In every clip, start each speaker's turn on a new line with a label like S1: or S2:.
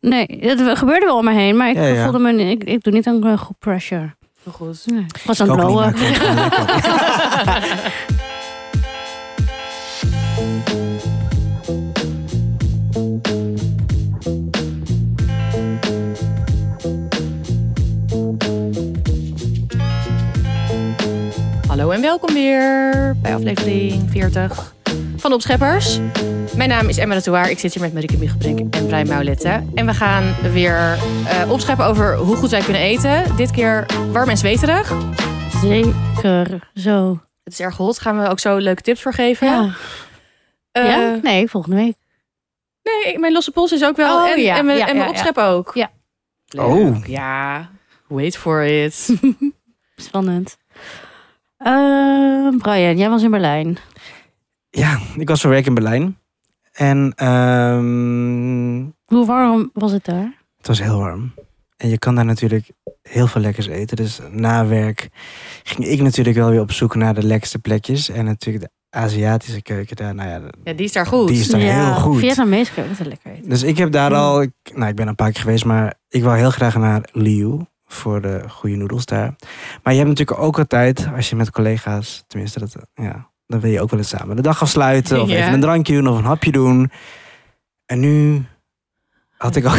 S1: Nee, het gebeurde wel om me heen, maar ik
S2: Ja, ja.
S1: voelde me... Ik, ik doe niet aan eh, goed pressure.
S3: Goed.
S1: Nee, ik was aan
S2: Ik
S1: het
S2: ook niet, maar
S1: blowen.
S2: ik vond het gewoon lekker.
S3: Hallo en welkom weer bij aflevering 40 van de Opscheppers. Mijn naam is Emma de Touwaar. Ik zit hier met Marieke Miegebrink en Brian Maulette. En we gaan weer eh, opscheppen over hoe goed wij kunnen eten. Dit keer warm en zweterig.
S1: Zeker zo.
S3: Het is erg hot. Gaan we ook zo leuke tips voor geven.
S1: Ja.
S3: Eh,
S1: ja? Nee, volgende week.
S3: Nee, mijn losse pols is ook wel.
S1: Oh,
S3: en,
S1: ja,
S3: en mijn,
S1: ja,
S3: en mijn
S1: ja,
S3: opschep ook.
S1: Ja.
S3: Leuk,
S2: Oh.
S3: Ja. Wait for it.
S1: Spannend. Eh, Brian, jij was in Berlijn.
S2: Ja, ik was voor werk in Berlijn. En ehm,
S1: Hoe warm was het daar?
S2: het was heel warm. En je kan daar natuurlijk heel veel lekkers eten. Dus na werk ging ik natuurlijk wel weer op zoek naar de lekkerste plekjes. En natuurlijk de Aziatische keuken daar. Nou ja,
S3: Ja, die is daar goed.
S2: Die is daar heel goed.
S1: Vietnamees kun je ook wel lekker eten.
S2: Dus ik heb daar al, ik, nou ik ben een paar keer geweest, maar ik wou heel graag naar Liu voor de goede noedels daar. Maar je hebt natuurlijk ook altijd, als je met collega's, tenminste, dat, ja, dan wil je ook wel eens samen de dag afsluiten of
S3: Ja.
S2: even een drankje doen of een hapje doen. En nu had ik al,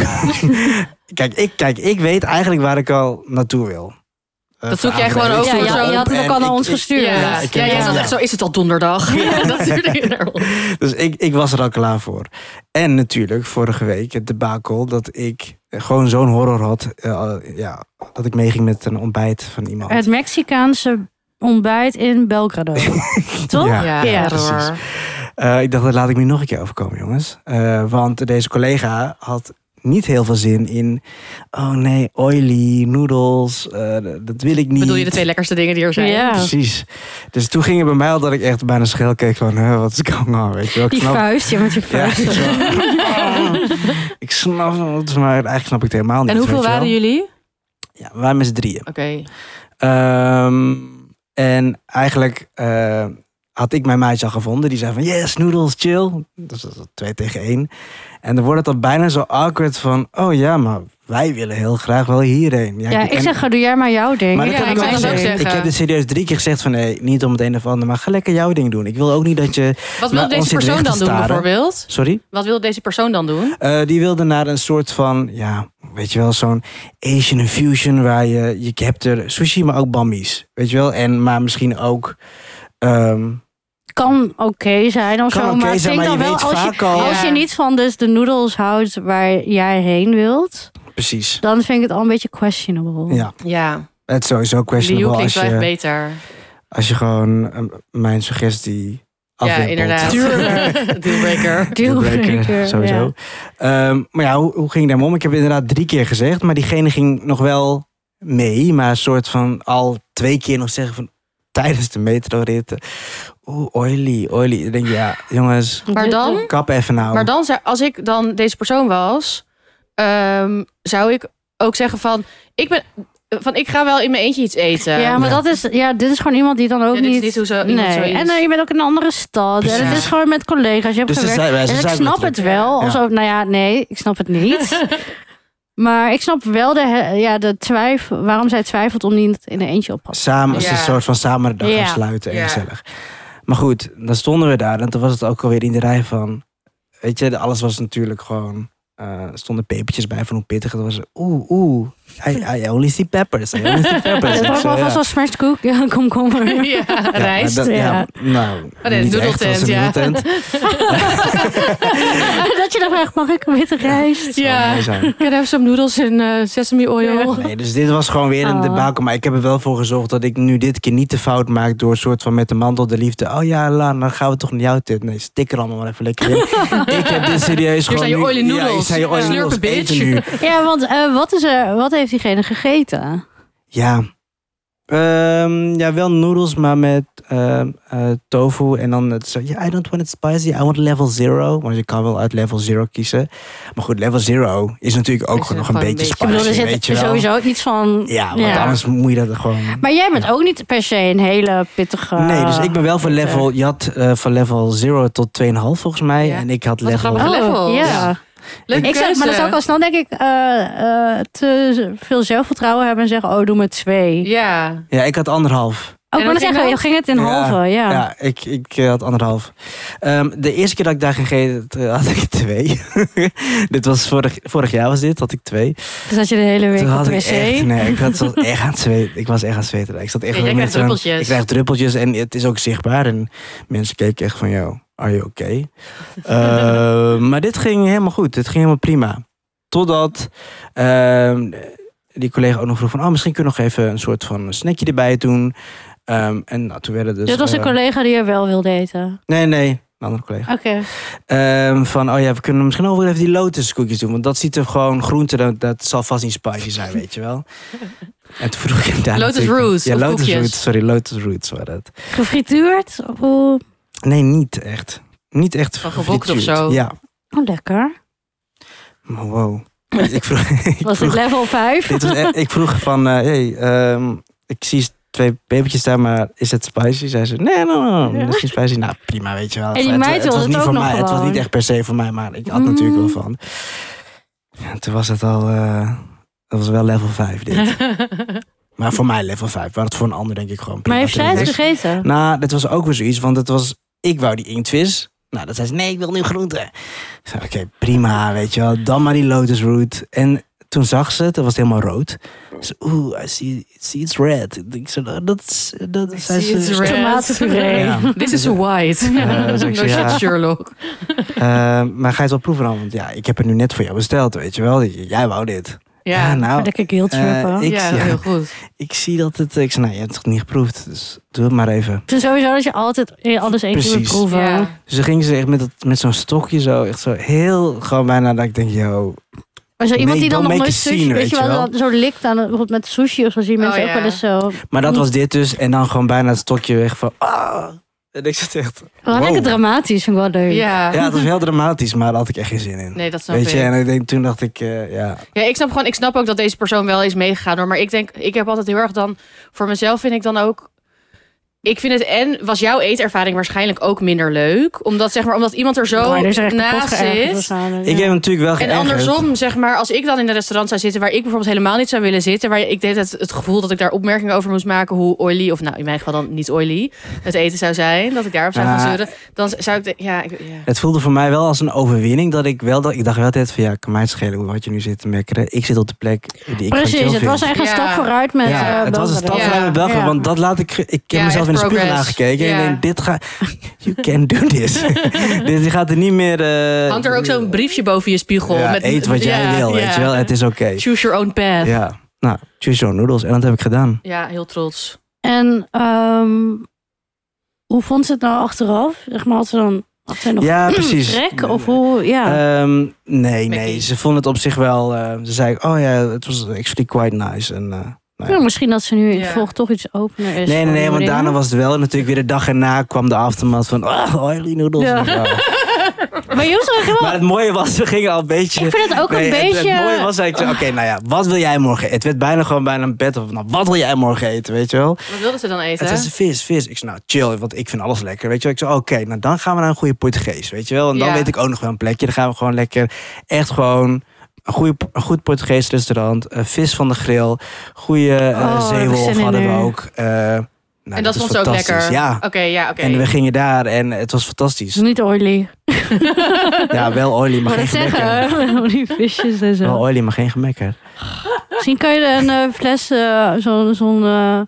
S2: kijk, ik, kijk, ik weet eigenlijk waar ik al naartoe wil. Eh,
S3: Dat zoek jij
S2: voor
S3: gewoon
S2: aangewezen.
S3: ook
S1: ja,
S3: voor
S1: ja,
S3: zo.
S1: je had het ook
S2: En
S1: al
S2: ik-
S1: naar ons
S2: ik-
S1: gestuurd.
S3: Ja,
S2: Ja,
S3: ja,
S2: ik
S3: jij
S2: heb-
S3: zat
S2: ja.
S3: echt zo, is het al donderdag? Ja, dat stuurde je naar ons.
S2: Dus ik, ik was er al klaar voor. En natuurlijk vorige week het debakel dat ik gewoon zo'n horror had. eh, ja, dat ik meeging met een ontbijt van iemand.
S1: Het Mexicaanse ontbijt in Belgrado. Toch?
S2: Ja,
S1: ja,
S3: hoor.
S2: precies. Eh, ik dacht, dat laat ik nu nog een keer overkomen, jongens. Eh, want deze collega had niet heel veel zin in... Oh nee, oily, noedels, eh, d- dat wil ik niet.
S3: Bedoel je de twee lekkerste dingen die er zijn?
S1: Ja.
S2: Precies. Dus toen ging het bij mij al dat ik echt bijna schel keek van... "Huh, wat is going on, weet je wel. Ik
S1: Die
S2: snap
S1: vuist, ja, met je
S2: Ja,
S1: vuist.
S2: ik snap, ik snap het, maar eigenlijk snap ik het helemaal niet.
S3: En hoeveel
S2: weet je wel.
S3: waren jullie? Oké.
S2: Ja, we waren met z'n drieën. Ehm, en eigenlijk eh, had ik mijn meisje al gevonden. Die zei van, yes, noodles, chill. Dus dat is twee tegen één. En dan wordt het al bijna zo awkward van... oh ja, maar wij willen heel graag wel hierheen.
S1: Ja, ik
S2: en-
S1: zeg, doe jij maar jouw ding.
S2: maar
S3: Ja,
S2: dat heb ik,
S3: ik zou
S2: ook
S3: dat ook
S2: gezegd.
S3: zeggen.
S2: ik heb dit serieus drie keer gezegd van... nee, niet om het een of ander, maar ga lekker jouw ding doen. Ik wil ook niet dat je...
S3: Wat
S2: Maar
S3: wilde
S2: ons
S3: deze
S2: zit
S3: persoon
S2: weg te
S3: dan doen
S2: staren.
S3: bijvoorbeeld?
S2: Sorry?
S3: Wat wilde deze persoon dan doen?
S2: Eh, die wilde naar een soort van, ja, weet je wel, zo'n Asian infusion waar je, je hebt er sushi, maar ook bambies, weet je wel. En, maar misschien ook, ehm,
S1: kan oké zijn of
S2: Kan
S1: zo.
S2: oké
S1: maar het
S2: zijn,
S1: klinkt
S2: maar je
S1: dan
S2: weet
S1: wel, als
S2: vaak
S1: je,
S2: al-
S1: als je
S3: Ja.
S1: niet van dus de noedels houdt waar jij heen wilt,
S2: precies,
S1: dan vind ik het al een beetje questionable.
S2: ja.
S3: Ja,
S2: Het is sowieso
S3: Liu
S2: questionable
S3: klinkt
S2: als
S3: wel echt
S2: je,
S3: beter.
S2: als je gewoon ehm, mijn suggestie
S3: ja,
S2: afwimpelt.
S3: inderdaad. Dealbreaker.
S1: Dealbreaker,
S2: Dealbreaker, sowieso.
S1: ja.
S2: Ehm, maar ja, hoe, hoe ging dat om? Ik heb het inderdaad drie keer gezegd, maar diegene ging nog wel mee, maar een soort van al twee keer nog zeggen van tijdens de metroritten. Oeh, oily, oily. Ik denk, ja, jongens,
S3: Maar dan?
S2: kap even nou.
S3: Maar dan, zou- als ik dan deze persoon was, ehm, zou ik ook zeggen van, ik ben... Van ik ga wel in mijn eentje iets eten.
S1: Ja, maar
S2: Ja.
S1: dat is, ja, dit is gewoon iemand die dan ook
S3: Ja, dit is
S1: niet.
S3: niet hoe zo iemand zo
S1: nee.
S3: is.
S1: En dan je bent ook in een andere stad. En het
S2: Precies.
S1: is gewoon met collega's. Je hebt
S2: dus ze
S1: gewerkt.
S2: zei, ze
S1: En ik
S2: zei
S1: snap
S2: letterlijk,
S1: het wel.
S2: Ja.
S1: Alsof, nou ja, nee, ik snap het niet. maar ik snap wel de, he- ja, de twijfel, waarom zij twijfelt om niet in een eentje op te
S2: Samen, als
S3: Ja.
S2: een soort van samen de dag
S1: Ja.
S2: afsluiten en
S3: Ja.
S2: gezellig. Maar goed, dan stonden we daar en toen was het ook alweer in de rij van, weet je, alles was natuurlijk gewoon, eh, er stonden pepertjes bij van hoe pittig het was. Oeh, oeh, I, I only see peppers, I only see peppers.
S1: passen.
S2: Ik
S1: Het wordt
S2: zo,
S1: wel
S2: ja.
S1: vast wel smashed koek. Ja, komkommer.
S3: Ja, rijst.
S2: maar dat-
S1: ja.
S2: Nou,
S3: Oh, nee,
S2: niet echt,
S3: noedeltent,
S2: dat is een
S3: ja.
S2: noedeltent. Het
S1: dat je dan vraagt, mag ik een witte rijst?
S2: zou
S3: Ja.
S2: mooi zijn.
S3: Can I have some noodles in eh, sesame oil?
S2: Nee, dus dit was gewoon weer een
S1: Oh.
S2: debakel. Maar ik heb er wel voor gezorgd dat ik nu dit keer niet de fout maak... door een soort van met de mantel de liefde... oh ja, Laan, dan gaan we toch naar jou dit. Nee, stik er allemaal maar even lekker in. ik heb dit serieus gewoon
S3: Hier zijn je
S2: nu-
S3: oily
S2: Ja, hier
S3: noedels.
S2: zijn je oily
S3: Slurpen,
S2: noedels.
S3: bitch.
S2: Eten nu.
S1: Ja, want eh, wat, is er, wat heeft diegene gegeten?
S2: Ja. Ehm, ja, wel noedels, maar met ehm, eh, tofu. En dan het zo, yeah, I don't want it spicy, I want level zero. Want je kan wel uit level zero kiezen. Maar goed, level zero is natuurlijk ook
S3: Is
S2: gewoon nog een
S3: gewoon
S2: beetje
S3: een
S1: Ik
S2: spicy,
S1: bedoel, er
S2: weet
S1: zit
S2: je wel.
S1: sowieso iets van...
S2: Ja, want anders moet je dat gewoon...
S1: Maar jij bent ook niet per se een hele pittige...
S2: Nee,
S3: Ah,
S2: dus ik ben wel van
S1: Oké.
S2: level... Je had eh, van level 0 tot 2,5 volgens mij.
S3: Ja.
S2: En ik had
S3: Wat
S2: level...
S3: grappig.
S1: Oh,
S3: Levels.
S1: ja.
S3: Ja. Leuke
S1: Ik zeg, maar dat
S3: keuze.
S1: is ook al snel, denk ik, eh, eh, te veel zelfvertrouwen hebben en zeggen, oh, doe maar twee.
S3: Ja.
S2: Ja, ik had anderhalf.
S1: Ook
S3: En
S1: wel
S3: dat ging
S1: zeggen,
S3: wel?
S1: je ging het in halve, ja.
S2: Ja, ik, ik eh, had anderhalf. Ehm, de eerste keer dat ik daar gegeten had, eh, had ik twee. dit was vorig, vorig jaar was dit, had ik twee.
S1: Dus dat je de hele week
S2: Toen
S1: op
S2: had
S1: de
S2: ik
S1: wc.
S2: echt, nee, ik had- zat echt aan het zweten. Ik was echt aan het zweten. Ik zat echt
S3: Ja,
S2: met
S3: jij krijgt
S2: zo'n-
S3: druppeltjes.
S2: Ik krijg druppeltjes en het is ook zichtbaar. En mensen keken echt van, yo, are you okay? Eh, maar dit ging helemaal goed. Dit ging helemaal prima. Totdat ehm, die collega ook nog vroeg van, oh, misschien kun je nog even een soort van snackje erbij doen. Ehm, en nou, toen werden dus...
S1: Dit was een
S2: eh,
S1: collega die er wel wilde eten.
S2: Nee, nee, een andere collega.
S1: Oké.
S2: Ehm, van, oh ja, we kunnen misschien ook weer even die lotuskoekjes doen. Want dat ziet er gewoon groente, dat, dat zal vast niet spicy zijn, weet je wel. En toen vroeg ik daar
S3: Lotus
S2: natuurlijk-
S3: roots
S2: Ja,
S3: of
S2: lotus
S3: koekjes?
S2: roots, sorry, lotus roots waren het.
S1: Gefrituurd? Of hoe-
S2: Nee, niet echt. Niet echt.
S3: Van gewokt of
S2: gefrituurd.
S3: zo?
S2: Ja,
S1: Oh, lekker.
S2: maar wow. ik vroeg, ik
S1: Was het
S2: vroeg,
S1: level 5?
S2: dit was, e- ik vroeg van, eh, hey, ehm, ik zie twee pepertjes daar, maar is het spicy? Zei ze, nee, no, no, no,
S1: Ja.
S2: dat is niet spicy. Nou, prima, weet je wel.
S1: En die
S2: Het-
S1: meid
S2: was
S1: wilde het
S2: niet
S1: ook
S2: voor
S1: nog
S2: mij, Het was
S1: gewoon.
S2: niet echt per se voor mij, maar ik had natuurlijk wel van. En toen was het al, eh, dat was wel level 5 dit. maar voor mij level 5, waar het voor een ander denk ik gewoon prima
S1: Maar heeft zij het
S2: drink is.
S1: gegeten?
S2: Nou, dat was ook weer zoiets, want het was, ik wou die inktvis. Nou, dat zei ze, nee, ik wil nu groente. Ik zei, Oké, prima, weet je wel. Dan maar die lotusroot. En toen zag ze het, dat was helemaal rood. Ze oeh, I see, see it's red. Ik zei, "Oh, dat is... Dat is
S3: see it's red.
S1: Tomatenpuree.
S2: Ja.
S3: This is a white.
S2: Ja, dat
S3: no
S2: is ook zo,
S3: shit,
S2: ja.
S3: Sherlock.
S2: Eh, maar ga je het wel proeven dan? Want ja, ik heb het nu net voor jou besteld, weet je wel. Jij wou dit.
S3: Ja,
S2: nou,
S1: Lekker guilt trippen.
S2: eh, ik,
S3: ja,
S2: ja,
S3: heel goed.
S2: ik zie dat het... Ik zei, nou, je hebt het toch niet geproefd? Dus doe het maar even.
S1: Het is sowieso dat je altijd alles één keer moet
S2: Precies.
S1: proeven.
S3: Ja.
S2: Dus dan ging ze echt met, dat- met zo'n stokje zo, echt zo heel, gewoon bijna dat ik denk, yo,
S1: Maar zo iemand
S2: Make-
S1: die dan nog
S2: don't make
S1: nooit
S2: a
S1: sushi,
S2: scene,
S1: weet je wel, dan zo likt aan, bijvoorbeeld met sushi of zo, zie je
S3: Oh,
S1: mensen ook
S3: ja.
S1: wel eens zo.
S2: Maar
S3: Hm.
S2: dat was dit dus. En dan gewoon bijna het stokje weg van... Ah. En ik zat echt...
S1: Wel
S2: wow.
S1: lekker dramatisch, vind ik wel leuk.
S3: Ja.
S2: Ja, het was heel dramatisch, maar daar had ik echt geen zin in.
S3: Ah. Nee, dat snap
S2: Weet je,
S3: ik.
S2: en ik denk, toen dacht ik, eh, ja,
S3: Ja, ik snap gewoon, ik snap ook dat deze persoon wel is meegegaan hoor. Maar ik denk, ik heb altijd heel erg dan, voor mezelf vind ik dan ook. Ik vind het en was jouw eetervaring waarschijnlijk ook minder leuk, omdat zeg maar, omdat iemand er zo
S1: Maar Oh, er is dus echt kapot
S3: naast
S1: geërgerd
S3: is.
S1: waarschijnlijk,
S2: ik
S1: ja.
S2: heb natuurlijk wel
S3: En
S2: geërgerd.
S3: andersom, zeg maar, als ik dan in een restaurant zou zitten waar ik bijvoorbeeld helemaal niet zou willen zitten, waar ik deed het, het gevoel dat ik daar opmerkingen over moest maken hoe oily, of nou in mijn geval dan niet oily, het eten zou zijn, dat ik daarop zou gaan
S2: Ja.
S3: zeuren, dan zou ik, de- ja, ik, ja.
S2: Het voelde voor mij wel als een overwinning. Dat ik wel, dat, ik dacht wel altijd van, ja, kan mij het schelen hoe hard je nu zit te mekkeren. Ik zit op de plek die ik gewoon chill
S1: Precies, het
S2: vind.
S1: was echt een
S3: Ja.
S1: stap vooruit met
S2: ja,
S1: eh,
S2: het was
S1: Belgrado.
S2: een stap vooruit met België,
S1: Ja.
S2: want dat laat ik. Ik heb
S3: Ja,
S2: mezelf
S3: echt
S2: in de spiegel
S3: progress.
S2: aangekeken
S3: Ja.
S2: en ik denk: dit gaat. You can do this. dus je gaat er niet meer. eh,
S3: Hangt er ook zo'n briefje boven je spiegel
S2: ja,
S3: met
S2: eet wat jij
S3: ja,
S2: wil,
S3: ja.
S2: weet je wel. Het is oké.
S3: Choose your own path. Ja,
S2: Ja, nou, choose your noodles. En dat heb ik gedaan.
S3: heel trots.
S1: En ehm, hoe vond ze het nou achteraf? Zeg maar, had ze dan had ze nog
S2: Ja, precies.
S1: trek? Of hoe? Ja.
S2: Ehm, nee, nee.
S3: Mickey.
S2: Ze vond het op zich wel... eh, ze zei, oh ja, het was actually quite nice. En, eh, nou ja.
S1: Ja, misschien dat ze nu in het
S3: Ja.
S1: volg toch iets opener is. voor
S2: Nee, nee, nee,
S1: nieuwe
S2: want
S1: dingen.
S2: daarna was het wel. En natuurlijk weer de dag erna kwam de aftermath van... Oh, oily noodles.
S1: Ja.
S2: En zo.
S1: Maar je hoeft er echt wel...
S2: Maar het mooie was, we gingen al een beetje...
S1: Ik vind het ook
S2: Nee,
S1: een
S2: het-
S1: beetje...
S2: Het, mooie was eigenlijk, zo, oké, nou ja, wat wil jij morgen eten? Het werd bijna gewoon bijna een bed of, nou, wat wil jij morgen eten, weet je wel?
S3: Wat wilden ze dan eten?
S2: Het was vis, vis. Ik zei, nou, chill, want ik vind alles lekker, weet je wel? Ik zei, oké, nou dan gaan we naar een goede Portugees, weet je wel? En dan
S3: Ja.
S2: weet ik ook nog wel een plekje. Dan gaan we gewoon lekker, echt gewoon... Een, goede, een goed Portugees restaurant, eh, vis van de grill, goede eh,
S1: Oh, heb ik zin
S2: zeewolf
S1: in
S2: hadden we
S1: nu.
S2: ook. eh, nou,
S3: en dat,
S2: is
S3: vond ze ook
S2: fantastisch,
S3: lekker.
S2: Ja.
S3: Oké, ja, oké.
S2: En we gingen daar en het was
S1: Het
S2: fantastisch.
S1: is niet oily.
S2: Ja, wel oily, maar
S1: Maar
S2: geen
S1: dat
S2: gemekker.
S1: zeggen, die visjes en zo.
S2: Wel oily, maar geen gemekker.
S1: Misschien kan je er een eh, fles, eh, zo'n zo'n eh,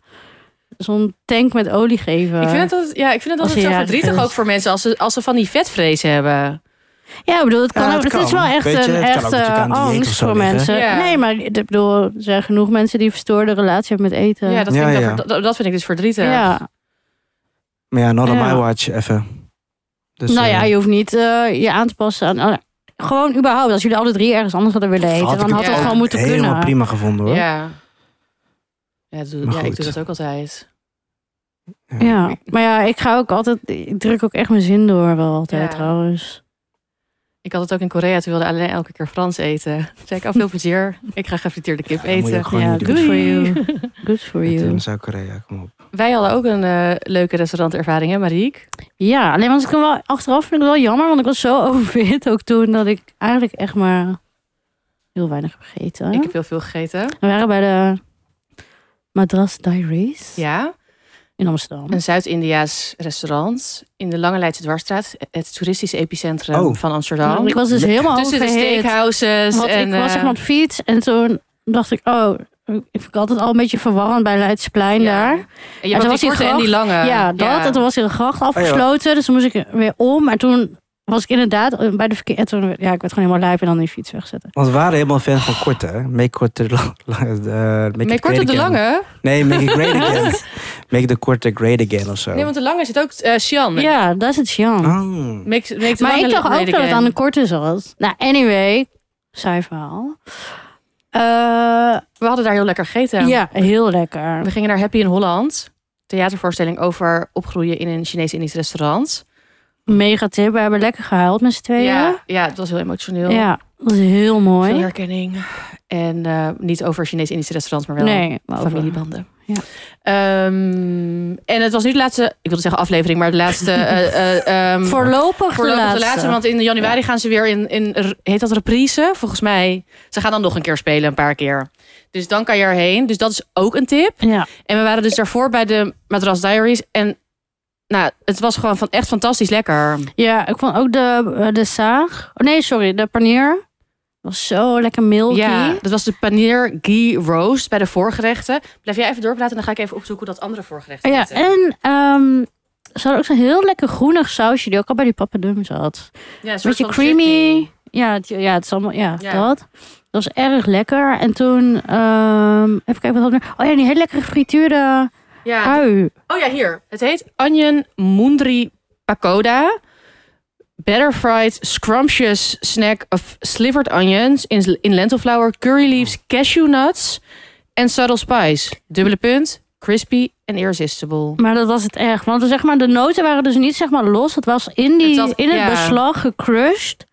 S1: zo'n tank met olie geven.
S3: Ik vind het altijd, ja, ik vind het
S1: Als
S3: altijd
S1: je
S3: zo
S1: jarig
S3: verdrietig
S1: bent.
S3: ook voor mensen als ze, als ze van die vetvrees hebben.
S1: Ja, ik bedoel, het kan,
S2: Ja,
S1: ook-
S2: het
S1: het is
S2: kan.
S1: wel echt
S2: Weet je,
S1: een
S2: het kan ook
S1: echte
S2: natuurlijk aan dieet of
S1: angst
S2: zo
S1: voor
S2: liggen.
S1: mensen.
S3: Ja.
S1: Nee, maar ik bedoel, er zijn genoeg mensen die een verstoorde relatie hebben met eten.
S3: Ja, dat
S2: Ja,
S3: vind, ik,
S2: ja.
S3: dan- dat, dat vind ik dus verdrietig.
S1: Ja.
S2: Maar ja, not on
S1: Ja.
S2: my watch, even. Dus,
S1: nou
S2: eh,
S1: ja, je hoeft niet eh, je aan te passen aan... aan- gewoon überhaupt, als jullie alle drie ergens anders hadden willen eten,
S2: had ik
S1: dan had
S2: het
S1: dat
S3: ook
S1: gewoon moeten
S2: helemaal
S1: kunnen.
S2: prima gevonden hoor.
S3: Ja. Ja, doe-
S2: Maar
S3: ja, ik
S2: goed.
S3: doe dat ook altijd.
S1: Ja, maar ja, ik ga ook altijd, ik druk ook echt mijn zin door wel altijd
S3: Ja.
S1: trouwens.
S3: Ik had het ook in Korea, toen wilde alleen elke keer Frans eten. Toen zei ik, oh veel plezier, ik ga gefrituurde kip
S2: Ja, dat moet je
S3: eten.
S2: ook gewoon niet doen.
S1: good for
S3: Doei.
S1: you. Good for
S2: Met
S1: you.
S2: In Zuid-Korea, kom op.
S3: Wij hadden ook een eh, leuke restaurantervaring, hè Mariek?
S1: Ja, alleen want ik kan wel achteraf vind ik het wel jammer, want ik was zo overhit ook toen dat ik eigenlijk echt maar heel weinig heb gegeten.
S3: Ik heb heel veel gegeten.
S1: We waren bij de Madras Diaries
S3: Ja,
S1: in Amsterdam.
S3: een Zuid-Indiaas restaurant in de Lange Leidse Dwarsstraat. Het toeristische epicentrum
S2: Oh.
S3: van Amsterdam.
S1: Ik was dus helemaal
S3: Tussen de
S1: overhit.
S3: steakhouses.
S1: Want
S3: en,
S1: ik was
S3: eh,
S1: zeg maar op de fiets en toen dacht ik, oh, ik vind het altijd al een beetje verwarrend bij Leidsplein
S3: Ja. eh,
S1: daar.
S3: En je
S1: toen
S3: hebt ook
S1: was
S3: die
S1: die
S3: korte en die lange.
S1: ja, dat. En toen was hij de gracht
S3: Oh,
S1: afgesloten, dus toen moest ik weer om. En toen was ik inderdaad eh, bij de verkeer... en toen, ja, ik werd gewoon helemaal lijp en dan die fiets wegzetten.
S2: Want we waren helemaal fan van korte. hè? Make korte de lang- lang- eh, make
S3: Met
S2: it
S3: korte
S2: great
S3: de
S2: again.
S3: lange.
S2: Nee, make it great again. make de korte great again of zo.
S3: Nee, want de lange zit ook eh Sian.
S1: Ja, dat is het Jan.
S2: Ah.
S3: Make- make the
S1: maar
S3: lange
S1: ik dacht ook
S3: lady
S1: dat het
S3: again.
S1: aan de korte zat. Nou, anyway, saai verhaal. Eh,
S3: We hadden daar heel lekker gegeten.
S1: ja, heel lekker.
S3: We gingen naar Happy in Holland. Theatervoorstelling over opgroeien in een Chinees-Indisch restaurant.
S1: Mega tip. We hebben lekker gehuild met z'n tweeën.
S3: Ja, ja, het was heel emotioneel.
S1: Ja, dat is heel
S3: Veel
S1: mooi.
S3: herkenning. En eh, niet over Chinees-Indische restaurants, maar wel
S1: Nee, maar over-
S3: familiebanden.
S1: Ja.
S3: Ehm, en het was nu de laatste, ik wilde zeggen aflevering, maar de laatste. eh, eh, ehm,
S1: Voorlopig,
S3: voorlopig de laatste, want in januari gaan ze weer in, in, r- heet dat reprise? Volgens mij. Ze gaan dan nog een keer spelen, een paar keer. Dus dan kan je erheen. Dus dat is ook een tip.
S1: Ja,
S3: En we waren dus daarvoor bij de Madras Diaries. En nou, het was gewoon van echt fantastisch lekker.
S1: ja, ik vond ook de, eh, de saag. Oh, nee, sorry, de paneer. Was zo lekker milky.
S3: Ja, dat was de paneer ghee roast bij de voorgerechten. Blijf jij even doorpraten en dan ga ik even opzoeken hoe dat andere voorgerecht
S1: Oh Ja,
S3: heette.
S1: en ehm, ze hadden ook zo'n heel lekker groenig sausje die ook al bij die papadum zat.
S3: Ja, een soort
S1: Beetje
S3: van
S1: creamy.
S3: chutney.
S1: Ja, het, ja, het is allemaal, ja,
S3: Ja.
S1: dat. Dat was erg lekker. En toen, ehm, even kijken wat hadden we. Oh ja, die hele lekkere gefrituurde
S3: Ja.
S1: ui.
S3: Oh ja, hier. Het heet Onion Mundri Pakoda. Better fried scrumptious snack of slivered onions in, in lentil flour, curry leaves, cashew nuts en subtle spice. Dubbele punt, crispy en irresistible.
S1: Maar dat was het echt. Want zeg maar, de noten waren dus niet zeg maar los. Het was in, die,
S3: Het zat-
S1: in het
S3: ja.
S1: beslag gecrushed.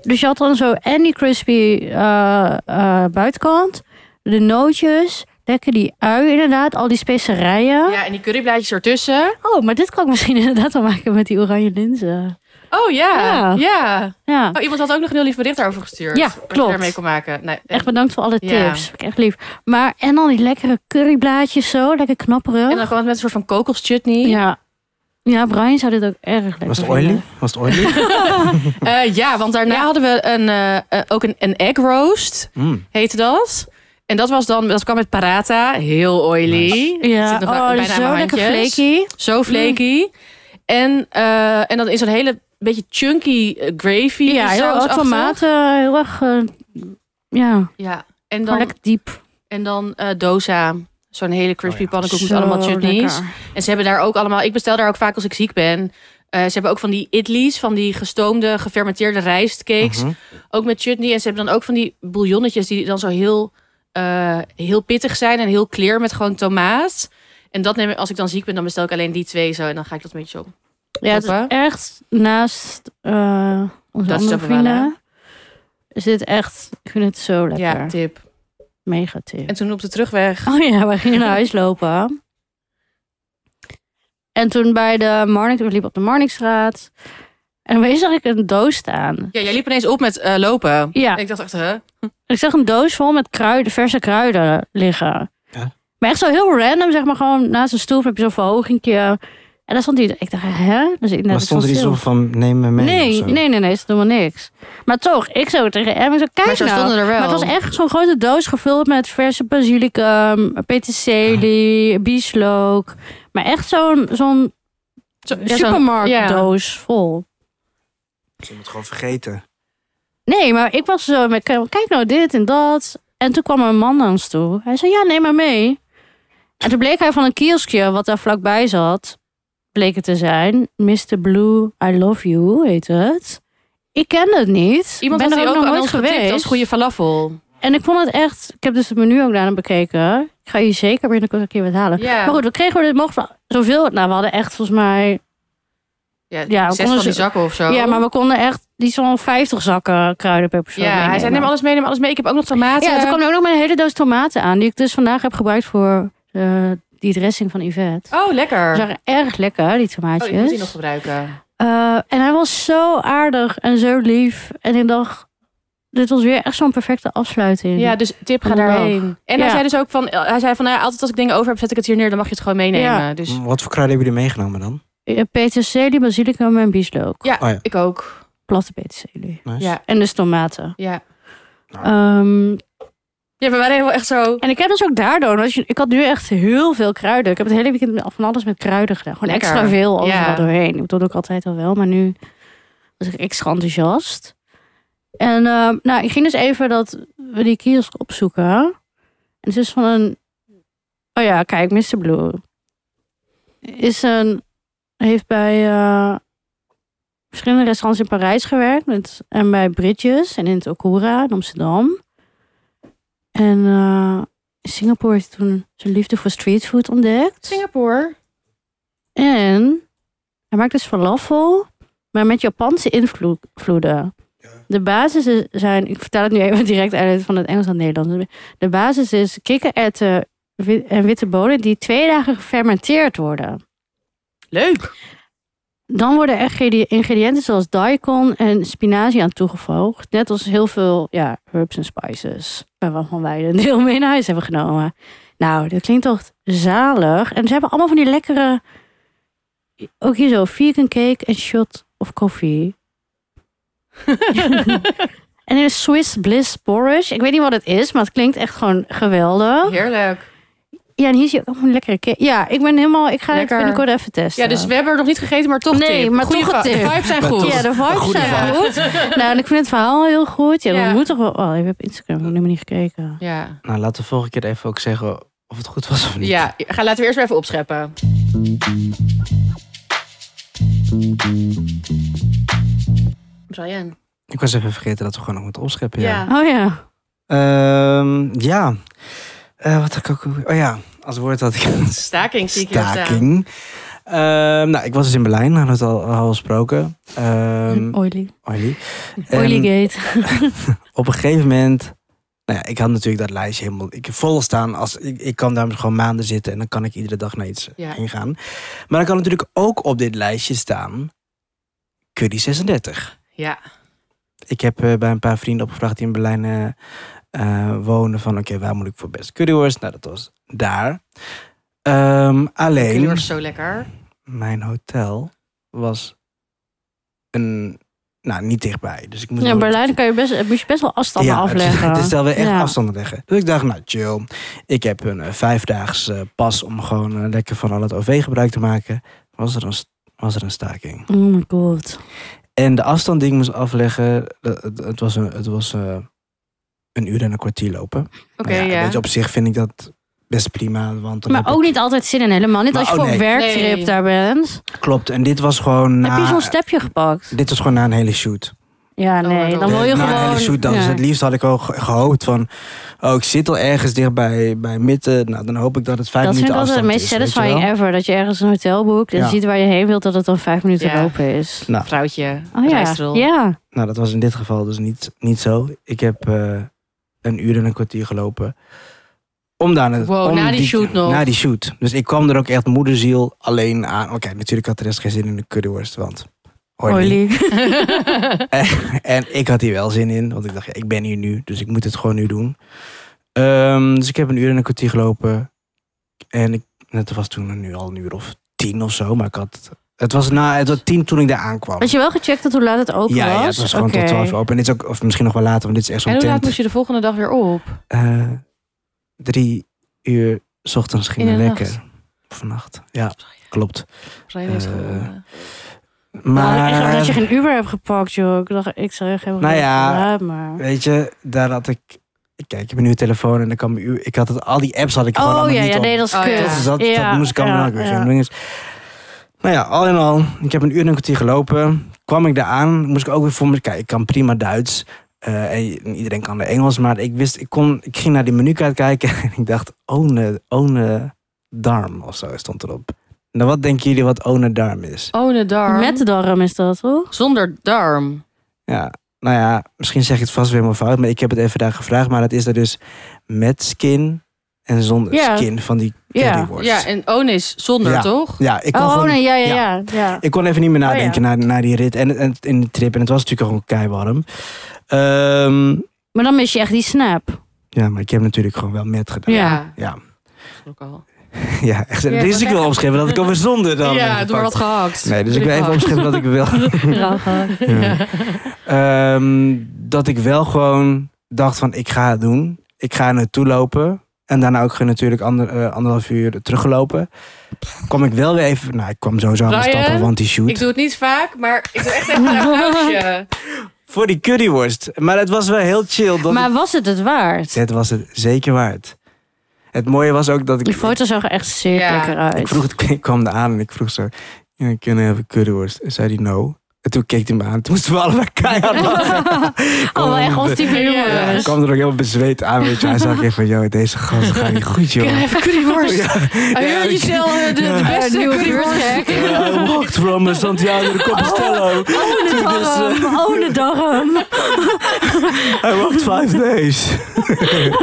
S1: Dus je had dan zo en die crispy eh, eh, buitenkant. De nootjes. Lekker die ui inderdaad. Al die specerijen.
S3: Ja, en die curryblaadjes ertussen.
S1: Oh, maar dit kan ik misschien inderdaad wel maken met die oranje linzen.
S3: Oh ja,
S1: Ja.
S3: ja.
S1: Ja,
S3: Oh, iemand had ook nog een heel lief bericht daarover gestuurd.
S1: Ja,
S3: Wat je
S1: klopt.
S3: daarmee kon maken. Nee,
S1: echt bedankt voor alle
S3: Ja.
S1: tips. Vind ik Echt lief. Maar en dan die lekkere curryblaadjes zo, lekker knapperig.
S3: En dan kwam het met een soort van kokelschutney.
S1: Ja. Ja, Brian zou dit ook erg lekker
S2: Was het
S1: vinden.
S2: oily? Was het oily?
S3: Eh, ja, want daarna hadden we een, eh, eh, ook een, een egg roast,
S2: Mm.
S3: heette dat. En dat was dan, dat kwam met paratha, heel oily.
S1: Ja,
S3: Zit nog
S1: oh,
S3: bijna aan
S1: zo
S3: mijn
S1: lekker
S3: handjes.
S1: flaky.
S3: Zo flaky. En, eh, en dan is zo'n hele beetje chunky eh, gravy.
S1: Ja, heel
S3: sausachtig.
S1: erg tomaten, heel erg, eh, ja, gewoon
S3: Ja, en dan,
S1: lekker diep.
S3: en dan eh, dosa. Zo'n hele crispy
S2: Oh ja.
S3: pannenkoek met
S1: Zo
S3: allemaal chutneys.
S1: lekker.
S3: En ze hebben daar ook allemaal, ik bestel daar ook vaak als ik ziek ben. Eh, ze hebben ook van die idlies, van die gestoomde, gefermenteerde rijstcakes.
S2: Mhm.
S3: Ook met chutney. En ze hebben dan ook van die bouillonnetjes die dan zo heel, eh, heel pittig zijn en heel clear met gewoon tomaat. En dat neem ik, als ik dan ziek ben, dan bestel ik alleen die twee zo. En dan ga ik dat een beetje op.
S1: Ja, het is
S3: Toppen.
S1: echt naast eh, onze
S3: Dat is
S1: andere
S3: toch wel, hè?
S1: vrienden. Is dit echt, ik vind het zo lekker.
S3: Ja, tip.
S1: Mega tip.
S3: En toen op de terugweg.
S1: Oh ja, we gingen naar huis lopen. En toen bij de Marnix, we liepen op de Marnixstraat. En opeens zag ik een doos staan.
S3: Ja, jij liep ineens op met eh, lopen.
S1: Ja,
S3: En ik dacht echt, hè?
S1: ik zag een doos vol met kruiden, verse kruiden liggen.
S2: Ja.
S1: Maar echt zo heel random, zeg maar gewoon naast een stoel heb je zo'n verhogingje. En daar stond hij. Ik dacht, hè? Dus ik, nou,
S2: maar
S1: dat
S2: stond er iets
S1: stil.
S2: op van neem me mee?
S1: Nee,
S2: of zo?
S1: nee, nee, nee, ze doen wel niks. Maar toch, ik zo tegen hem, ik zo, kijk
S3: Maar zo
S1: nou.
S3: stonden er wel.
S1: Maar het was echt zo'n grote doos gevuld met verse basilicum, peterselie, bieslook. Maar echt zo'n zo'n
S3: Zo- ja, zo'n- ja.
S1: supermarktdoos vol.
S2: Ze moet gewoon vergeten.
S1: Nee, maar ik was zo met, kijk nou dit en dat. En toen kwam er een man naar ons toe. Hij zei, ja, neem maar mee. En toen bleek hij van een kioskje wat daar vlakbij zat, bleek het te zijn. Mr. Blue, I love you, heet het. Ik ken het niet.
S3: Iemand
S1: ben
S3: had
S1: er
S3: die ook
S1: nog
S3: aan
S1: nooit
S3: ons getipt
S1: geweest.
S3: als goede falafel.
S1: En ik vond het echt, ik heb dus het menu ook daarna bekeken. Ik ga hier zeker binnenkort een keer wat halen.
S3: Ja.
S1: Maar goed, we kregen we dit mochten we zoveel. Nou, we hadden echt volgens mij
S3: Ja,
S1: Ja,
S3: zes
S1: konden
S3: van
S1: ze-
S3: die zakken of zo.
S1: Ja, maar we konden echt die zo'n 50 zakken kruidenpepers.
S3: Ja, hij zei neem alles mee, neem alles mee. Ik heb ook nog tomaten.
S1: nou. Ja, er kwam ook nog maar een hele doos tomaten aan. Die ik dus vandaag heb gebruikt voor eh, die dressing van Yvette.
S3: Oh, lekker.
S1: Ze waren erg lekker, die
S3: Oh, die moet
S1: tomaatjes.
S3: hij nog gebruiken.
S1: Eh, en hij was zo aardig en zo lief. En ik dacht, dit was weer echt zo'n perfecte afsluiting.
S3: Ja, dus tip, ga
S1: Van de
S3: daarheen. En hij
S1: Ja.
S3: zei dus ook van, hij zei van, nou ja, altijd als ik dingen over heb, zet ik het hier neer, dan mag je het gewoon meenemen.
S1: Ja.
S3: Dus
S2: Wat voor kruiden hebben jullie meegenomen dan?
S1: Eh, Peterselie, basilicum en bieslook.
S3: Ja.
S2: Oh ja.
S3: ik ook.
S1: Platte peterselie.
S2: Nice.
S3: Ja,
S1: En dus tomaten.
S3: ja.
S1: Ehm,
S3: Ja, we waren helemaal echt zo.
S1: en ik heb dus ook daardoor, want je- ik had nu echt heel veel kruiden. Ik heb het hele weekend met- van alles met kruiden gedaan. Gewoon
S3: Lekker.
S1: extra veel overal
S3: Ja.
S1: doorheen. Dat doe ik altijd al wel, maar nu was ik extra enthousiast. En ehm, nou, ik ging dus even dat we die kiosk opzoeken. En het is van een... Oh ja, kijk, Mr. Blue. Is een... Heeft bij... eh, verschillende restaurants in Parijs gewerkt. Met, en bij Bridges en in het Okura in Amsterdam. En eh, in Singapore heeft hij toen zijn liefde voor streetfood ontdekt.
S3: Singapore.
S1: En hij maakt dus falafel, maar met Japanse invloed- invloeden. De basis is- zijn, ik vertaal het nu even direct uit van het Engels naar het Nederlands. De basis is kikkererwten wi- en witte bonen die twee dagen gefermenteerd worden.
S3: Leuk.
S1: Dan worden er gedi- ingrediënten zoals daikon en spinazie aan toegevoegd. Net als heel veel ja, herbs en spices. Waarvan wij een deel mee naar huis hebben genomen. Nou, dat klinkt toch zalig. En ze hebben allemaal van die lekkere... Ook hier zo, vegan cake en shot of koffie. en er is Swiss Bliss Porridge. Ik weet niet wat het is, maar het klinkt echt gewoon geweldig.
S3: Heerlijk.
S1: Ja, en hier zie je ook allemaal lekkere cake. Ja, ik ben helemaal... Ik ga
S3: Lekker.
S1: het binnenkort even testen.
S3: Ja, dus we hebben er nog niet gegeten, maar toch
S1: Nee,
S3: tip.
S1: maar
S3: Goeie
S1: toch een
S3: vi-
S1: tip.
S3: De vibes zijn
S2: Maar
S3: goed.
S2: toch.
S1: Ja, de vibes
S2: Goede
S1: zijn
S2: vibe.
S1: goed. Nou, en ik vind het verhaal heel goed. Ja,
S3: Ja.
S1: dat moet toch wel... Oh, ik heb Instagram nog helemaal niet gekeken.
S3: Ja.
S2: Nou, laten we volgende keer even ook zeggen of het goed was of niet.
S3: Ja, ga, laten we eerst maar even opscheppen. Brian.
S2: Ik was even vergeten dat we gewoon nog moeten opscheppen. Ja.
S3: Ja.
S1: Oh ja.
S2: Ehm, ja. Eh, wat had ik ook... Oh ja, als woord had ik een
S3: Staking zie ik hier staan.
S2: staking. Ehm, nou, ik was dus in Berlijn, hadden we het al, al gesproken.
S3: Mm.
S2: Ehm
S1: oily.
S2: oily.
S1: Oily
S2: En-
S1: gate.
S2: op een gegeven moment. Nou ja, ik had natuurlijk dat lijstje helemaal. Ik heb vol staan. Als, ik, ik kan daar gewoon maanden zitten en dan kan ik iedere dag naar iets
S3: Ja.
S2: heen gaan. Maar dan kan natuurlijk ook op dit lijstje staan. Curry 36.
S3: Ja.
S2: Ik heb eh, bij een paar vrienden opgevraagd die in Berlijn eh, eh, wonen. Van oké, waar moet ik voor best currywurst? Nou, dat was daar. Ehm,
S3: Jullie
S2: alleen,
S3: was zo lekker.
S2: mijn hotel was een. Nou, niet dichtbij. Dus ik moest
S1: Ja, in
S2: door-
S1: Berlijn kan je best, moet je best wel afstand
S2: ja,
S1: afleggen.
S2: Het is wel weer echt
S1: Ja.
S2: afstanden leggen. Dus ik dacht, nou chill. Ik heb een eh, vijfdaags eh, pas om gewoon eh, lekker van al het OV gebruik te maken. Was er een, st- was er een staking.
S1: Oh my god.
S2: En de afstand die ik moest afleggen, eh, het, het was, een, het was eh, een uur en een kwartier lopen. Maar
S3: Oké,
S2: Nou
S3: eh,
S2: ja,
S3: ja.
S2: Weet je, op zich vind ik dat best prima. Want dan
S1: Maar
S2: heb
S1: ook
S2: ik-
S1: niet altijd zin in helemaal. Niet
S2: Maar
S1: als je
S2: oh,
S1: voor
S2: nee.
S1: werktrip
S3: Nee.
S1: daar bent.
S2: Klopt. En dit was gewoon
S1: Heb je
S2: na,
S1: zo'n stepje gepakt?
S2: dit was gewoon na een hele shoot.
S1: Ja,
S3: Oh,
S1: nee. Dan
S3: dat-
S1: wil je
S2: Eh, na
S1: gewoon...
S2: een hele shoot dan.
S1: Ja.
S2: Dus het liefst had ik ook ge- gehoopt van... Oh, ik zit al ergens dicht bij, bij midden. Nou, dan hoop ik dat het vijf
S1: Dat vind ik
S2: minuten
S1: altijd het
S2: afstand is.
S1: meest
S2: weet je
S1: satisfying
S2: wel.
S1: ever. Dat je ergens een hotel boekt en
S2: Ja.
S1: ziet waar je heen wilt dat het dan vijf minuten
S3: Ja.
S1: lopen is.
S2: Nou,
S3: Vrouwtje.
S1: Oh ja.
S3: rijstrol.
S1: Ja.
S2: nou, dat was in dit geval dus niet, niet zo. Ik heb eh, een uur en een kwartier gelopen. Om daar na-
S3: Wow,
S2: om
S3: na die shoot nog.
S2: Na die shoot. Dus ik kwam er ook echt moederziel alleen aan. Oké, natuurlijk had de rest geen zin in de currywurst, want... hoi niet.
S1: Oily.
S2: En ik had hier wel zin in, want ik dacht, ja, ik ben hier nu, dus ik moet het gewoon nu doen. Ehm, dus ik heb een uur en een kwartier gelopen. En ik, het was toen nu al een uur of tien of zo, maar ik had... Het was na het was tien toen ik daar aankwam.
S1: Had je wel gecheckt dat hoe laat het open
S2: ja,
S1: was?
S2: ja, het was gewoon
S1: Oké.
S2: tot 12 uur open. En dit is ook, of misschien nog wel later, want dit is echt
S3: En
S2: zo'n
S3: hoe laat
S2: tent.
S3: moest je de volgende dag weer op?
S2: Eh, drie uur 's ochtends ging
S3: In
S2: het
S3: de
S2: lekker.
S3: nacht.
S2: Vannacht. Ja, klopt.
S3: Brian is
S2: Eh,
S3: gewoon...
S1: Nou, ik echt
S2: Maar,
S1: dat je geen Uber hebt gepakt, joh. Ik dacht, ik zou echt helemaal
S2: Nou
S1: niet
S2: ja.
S1: gedaan, maar...
S2: weet je, daar had ik... Kijk, ik heb een nieuwe telefoon en dan kan mijn uur- ik had het, al die apps had ik gewoon
S1: Oh
S2: allemaal
S1: ja,
S2: niet
S1: ja,
S2: op.
S1: nee, dat is
S3: Oh, ja.
S1: kut.
S2: Dat, is dat,
S1: ja,
S2: dat moest ik allemaal
S1: ja,
S2: ook weer
S1: ja.
S2: gaan doen. Dus- Nou ja, al in al. Ik heb een uur en een kwartier gelopen. Kwam ik daar aan, moest ik ook weer voor me... Kijk, ik kan prima Duits. eh, en iedereen kan de Engels. Maar ik wist, ik, kon, ik ging naar die menukaart kijken. En ik dacht, one, one darm of zo stond erop. Nou, wat denken jullie wat onedarm is?
S3: Ohne darm.
S1: Met de darm is dat, toch?
S3: Zonder darm.
S2: Ja, nou ja, misschien zeg ik het vast weer helemaal fout, maar ik heb het even daar gevraagd. Maar dat is er dus met skin en zonder
S1: Ja.
S2: skin van die
S1: Ja.
S2: curryworst.
S3: Ja, en ohne is zonder,
S2: Ja.
S3: toch?
S2: Ja, ik kon
S1: Oh,
S2: gewoon-
S1: nee, ja, ja,
S2: ja.
S1: ja. ja.
S2: Ik kon even niet meer
S1: ja.
S2: nadenken naar na, die rit en, en in die trip. En het was natuurlijk gewoon keiwarm. Ehm,
S1: Maar dan mis je echt die snap.
S2: ja, maar ik heb natuurlijk gewoon wel met gedaan.
S1: Ja.
S2: Ja,
S3: Ook al.
S2: ja echt.
S1: Ja,
S2: dus
S1: dat
S2: ik wil
S1: echt-
S2: opschrijven dat ik over zonde dan heb
S3: Ja, doe maar
S2: gepakt.
S3: wat gehakt.
S2: Nee, dus ik wil
S3: ben
S2: even opschrijven dat ik wel...
S1: Grappig.
S2: Ja. Ehm, dat ik wel gewoon dacht van ik ga het doen. Ik ga er naartoe lopen. En daarna ook gewoon natuurlijk ander, eh, anderhalf uur teruggelopen. Kwam ik wel weer even... Nou, ik kwam sowieso aan de
S3: Brian,
S2: stappen, want die shoot.
S3: Ik doe het niet vaak, maar ik doe echt even een applausje.
S2: Voor die curryworst. Maar het was wel heel chill. Dat
S1: maar was het het waard?
S2: Het was het zeker waard. Het mooie was ook dat ik...
S1: Die foto zag er echt zeer
S3: Ja.
S1: lekker
S2: Ik
S1: uit.
S2: vroeg het, ik kwam aan en ik vroeg zo... "Ja, Kunnen we even curryworst? En zei hij no. En toen keek hij me aan. Toen moesten we allebei keihard lachen.
S1: Oh, wel echt
S2: Om
S1: ons
S2: de-
S1: type
S3: Ja.
S2: Hij
S1: jongens.
S2: kwam er ook heel bezweet aan, weet je. Hij zag echt van, joh, deze gasten gaan niet goed, joh.
S3: Even curryworst.
S2: Ja.
S1: Oh,
S3: Ah,
S2: Ja,
S3: jullie
S2: ik-
S3: zijn al, eh, de, de beste
S1: Nieuwe
S3: curryworst.
S2: Ja, I walked from Santiago de Compostela.
S1: Oh, de
S2: Toen dus,
S1: darm. Oh, de darm.
S2: I walked five days.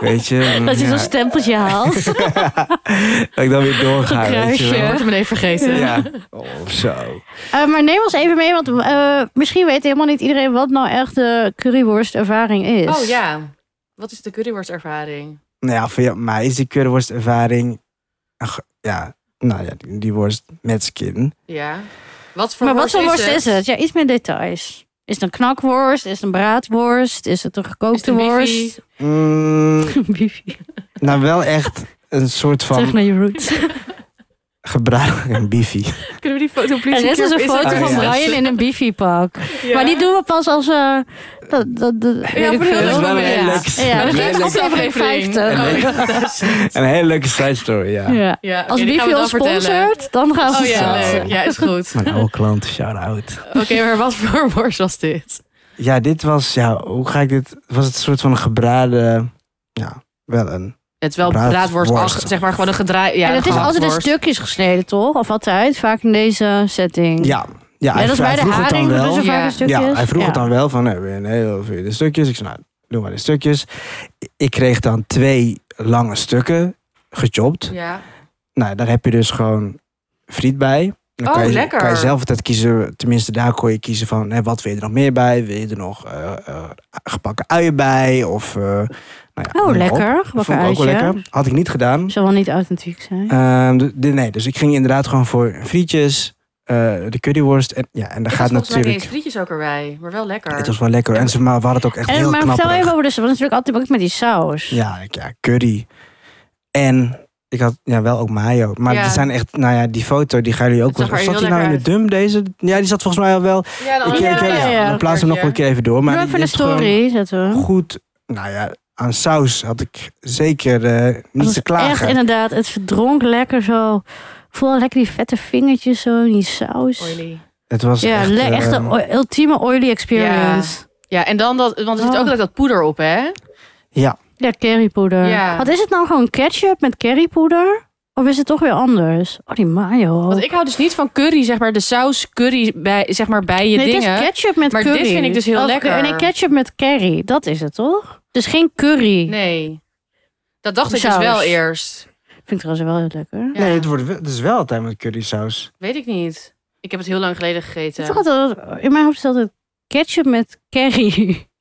S2: weet je.
S1: Dat je
S2: ja,
S1: zo'n stempeltje haalt.
S2: dat ik dan weer doorga, weet je
S1: kruisje.
S2: wel.
S3: Portemonnee vergeten.
S2: Ja. Oh, zo.
S1: Eh, maar neem ons even mee, want eh, misschien weet helemaal niet iedereen wat nou echt de curryworstervaring is.
S3: Oh ja. Wat is de curryworstervaring?
S2: Nou ja, voor jou- mij is die curryworstervaring... Ach, ja, nou ja, die, die worst met skin.
S3: Ja. Wat voor
S1: Maar wat voor worst
S3: het?
S1: is het? Ja, iets meer details. Is het een knakworst? Is het een braadworst? Is het een
S3: Is het
S1: gekookte
S3: een
S1: worst?
S2: Mm,
S1: Bifi.
S2: nou, wel echt een soort
S1: Terug
S2: van
S1: naar je route.
S2: gebruik... Een bifi.
S3: Kunnen we die foto please?
S1: Er is dus een foto
S2: dat
S1: van
S2: een worst?
S1: Brian in een bifi pak. Maar die doen we pas als... eh dat, dat, dat, weet
S3: op
S1: ik
S3: een heel
S1: veel.
S3: leuk
S1: Ja.
S3: moment.
S1: Ja,
S2: Ja,
S1: dat
S2: een
S1: is
S2: hele
S1: aflevering
S3: aflevering.
S1: 50.
S2: Een hele leuke side story, ja.
S1: Ja.
S3: Ja,
S1: Als
S3: oké, die gaan
S1: Bifi
S3: we
S1: ons
S3: dan vertellen.
S1: sponsort, dan gaan we
S3: Oh
S1: het
S3: ja,
S1: plaatsen.
S3: leuk. Ja, is goed.
S2: Mijn oude klant, shout-out.
S3: Oké, maar wat voor worst was dit?
S2: Ja, dit was, ja, hoe ga ik dit... Was het een soort van een gebraden... Ja, wel een...
S3: Het is wel
S2: Braad-
S3: braadworst,
S2: worst.
S3: ach, zeg maar gewoon een gedraai. Ja,
S1: en het
S3: een
S1: is altijd in
S3: gehaktworst.
S1: stukjes gesneden, toch? Of altijd? Vaak in deze setting.
S2: Ja, ja
S1: Net
S2: hij,
S1: als
S2: hij
S1: bij de
S2: vroeg het dan
S1: haring dus doen ze
S2: wel.
S1: vaak
S3: Ja.
S1: in stukjes.
S2: Ja, hij vroeg
S1: Ja.
S2: het dan wel van, nee, wil je een hele of wil je de stukjes? Ik zei, nou, doe maar de stukjes. Ik kreeg dan twee lange stukken gechopt.
S3: Ja.
S2: Nou, daar heb je dus gewoon friet bij. Dan
S3: Oh,
S2: kan je,
S3: lekker.
S2: Kan je zelf altijd kiezen, tenminste daar kon je kiezen van, hè, wat wil je er nog meer bij? Wil je er nog eh, eh, gebakken uien bij? Of, eh, nou ja, noem
S1: Oh,
S2: maar op.
S1: lekker.
S2: Dat
S1: Gebakken
S2: vond ik ook wel
S1: uitje.
S2: lekker. Had ik niet gedaan.
S1: Zal wel niet authentiek zijn.
S2: Ehm, d- d- nee, dus ik ging inderdaad gewoon voor frietjes, eh, de curryworst. En, ja, en daar gaat
S3: Ik had volgens mij niet
S2: natuurlijk...
S3: eens frietjes ook erbij, maar wel lekker.
S2: Het was wel lekker. En ze maar we hadden het ook echt
S1: en,
S2: heel
S1: Eh, maar vertel
S2: knapperig.
S1: even over de want natuurlijk altijd ook met die saus.
S2: Ja, ik- ja, curry. En ik had ja, wel ook mayo. Maar
S3: Ja.
S2: er zijn echt, nou ja, die foto die gaan jullie ook
S3: Het zag
S2: wel.
S3: er
S2: Zat
S3: heel
S2: die nou in
S3: lekker
S2: de dump deze? Ja, die zat volgens mij al wel.
S3: Ja, dan
S2: ik,
S1: ja,
S2: ik-
S1: ja, ja.
S2: Dan plaatsen we nog wel een keer even door. Maar
S1: Doe
S2: dit
S1: even een
S2: is gewoon
S1: story zetten. we.
S2: Goed, nou ja, aan saus had ik zeker eh,
S1: Dat
S2: niet
S1: is
S2: te klagen.
S1: Echt inderdaad, het verdronk lekker zo. Voel lekker die vette vingertjes zo in die saus.
S3: Oily.
S2: Het was
S1: Ja,
S2: echt,
S1: le- echt
S2: ehm,
S1: een oi- ultieme oily experience.
S3: Ja, en dan dat, want er zit
S1: Oh.
S3: ook ook dat poeder op, hè?
S2: ja,
S1: Ja, currypoeder.
S3: Ja.
S1: Wat is het nou gewoon ketchup met currypoeder? Of is het toch weer anders? Oh, die mayo.
S3: Want ik hou dus niet van curry, zeg maar, de saus curry bij, zeg maar, bij je
S1: nee,
S3: dingen.
S1: het is ketchup met
S3: Maar dit
S1: curry.
S3: vind ik dus heel
S1: Of,
S3: lekker.
S1: Nee, ketchup met curry. Dat is het, toch? Dus geen curry.
S3: Nee. Dat dacht
S1: De
S3: ik dus
S1: saus.
S3: wel eerst.
S1: Vind ik trouwens wel heel lekker.
S3: Ja.
S2: nee, het, wordt, wel- het is wel altijd met currysaus.
S3: Weet ik niet. Ik heb het heel lang geleden gegeten.
S1: Toch altijd, in mijn hoofd is het altijd ketchup met curry.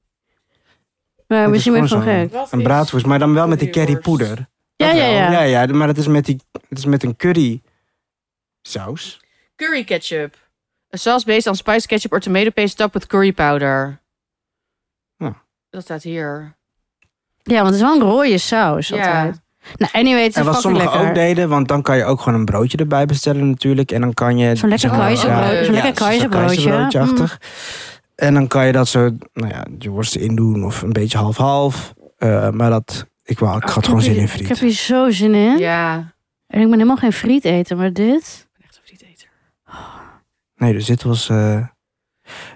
S1: Maar
S2: Het
S1: misschien
S2: is
S1: ben ik gewoon
S2: gewoon
S1: gek.
S3: Wat
S2: Een
S3: is-
S2: braadworst, maar dan wel met de currypoeder.
S1: Ja,
S2: Dat
S1: ja,
S2: wel.
S1: ja.
S2: oh, ja, ja. Maar het is met, die, het is met een curry saus.
S3: Curry ketchup. A sauce based on spice ketchup or tomato paste topped with curry powder.
S2: Ja.
S3: Dat staat hier.
S1: Ja, want het is wel een rode saus
S3: Ja.
S1: altijd. Nou, anyway, het is
S2: En wat
S1: fucking
S2: sommigen
S1: lekker.
S2: ook deden, want dan kan je ook gewoon een broodje erbij bestellen natuurlijk. En dan kan je...
S1: Zo'n lekker
S2: zeg maar,
S3: keizerbrood-
S2: ja,
S3: zo'n
S1: lekker Mm.
S2: ja, zo'n
S1: keizerbroodje.
S2: keizerbroodje-achtig. En dan kan je dat zo, nou ja, je worst erin doen of een beetje half-half. Eh, maar dat, ik, wou, ik
S1: Oh,
S2: had
S1: heb
S2: gewoon zin
S1: hier-
S2: in
S1: Ik heb
S2: friet.
S1: hier zo zin in.
S3: Ja. Ik
S1: En ik ben helemaal geen friet eten, maar dit...
S3: ben echt een frieteter.
S2: Nee, dus dit was... eh,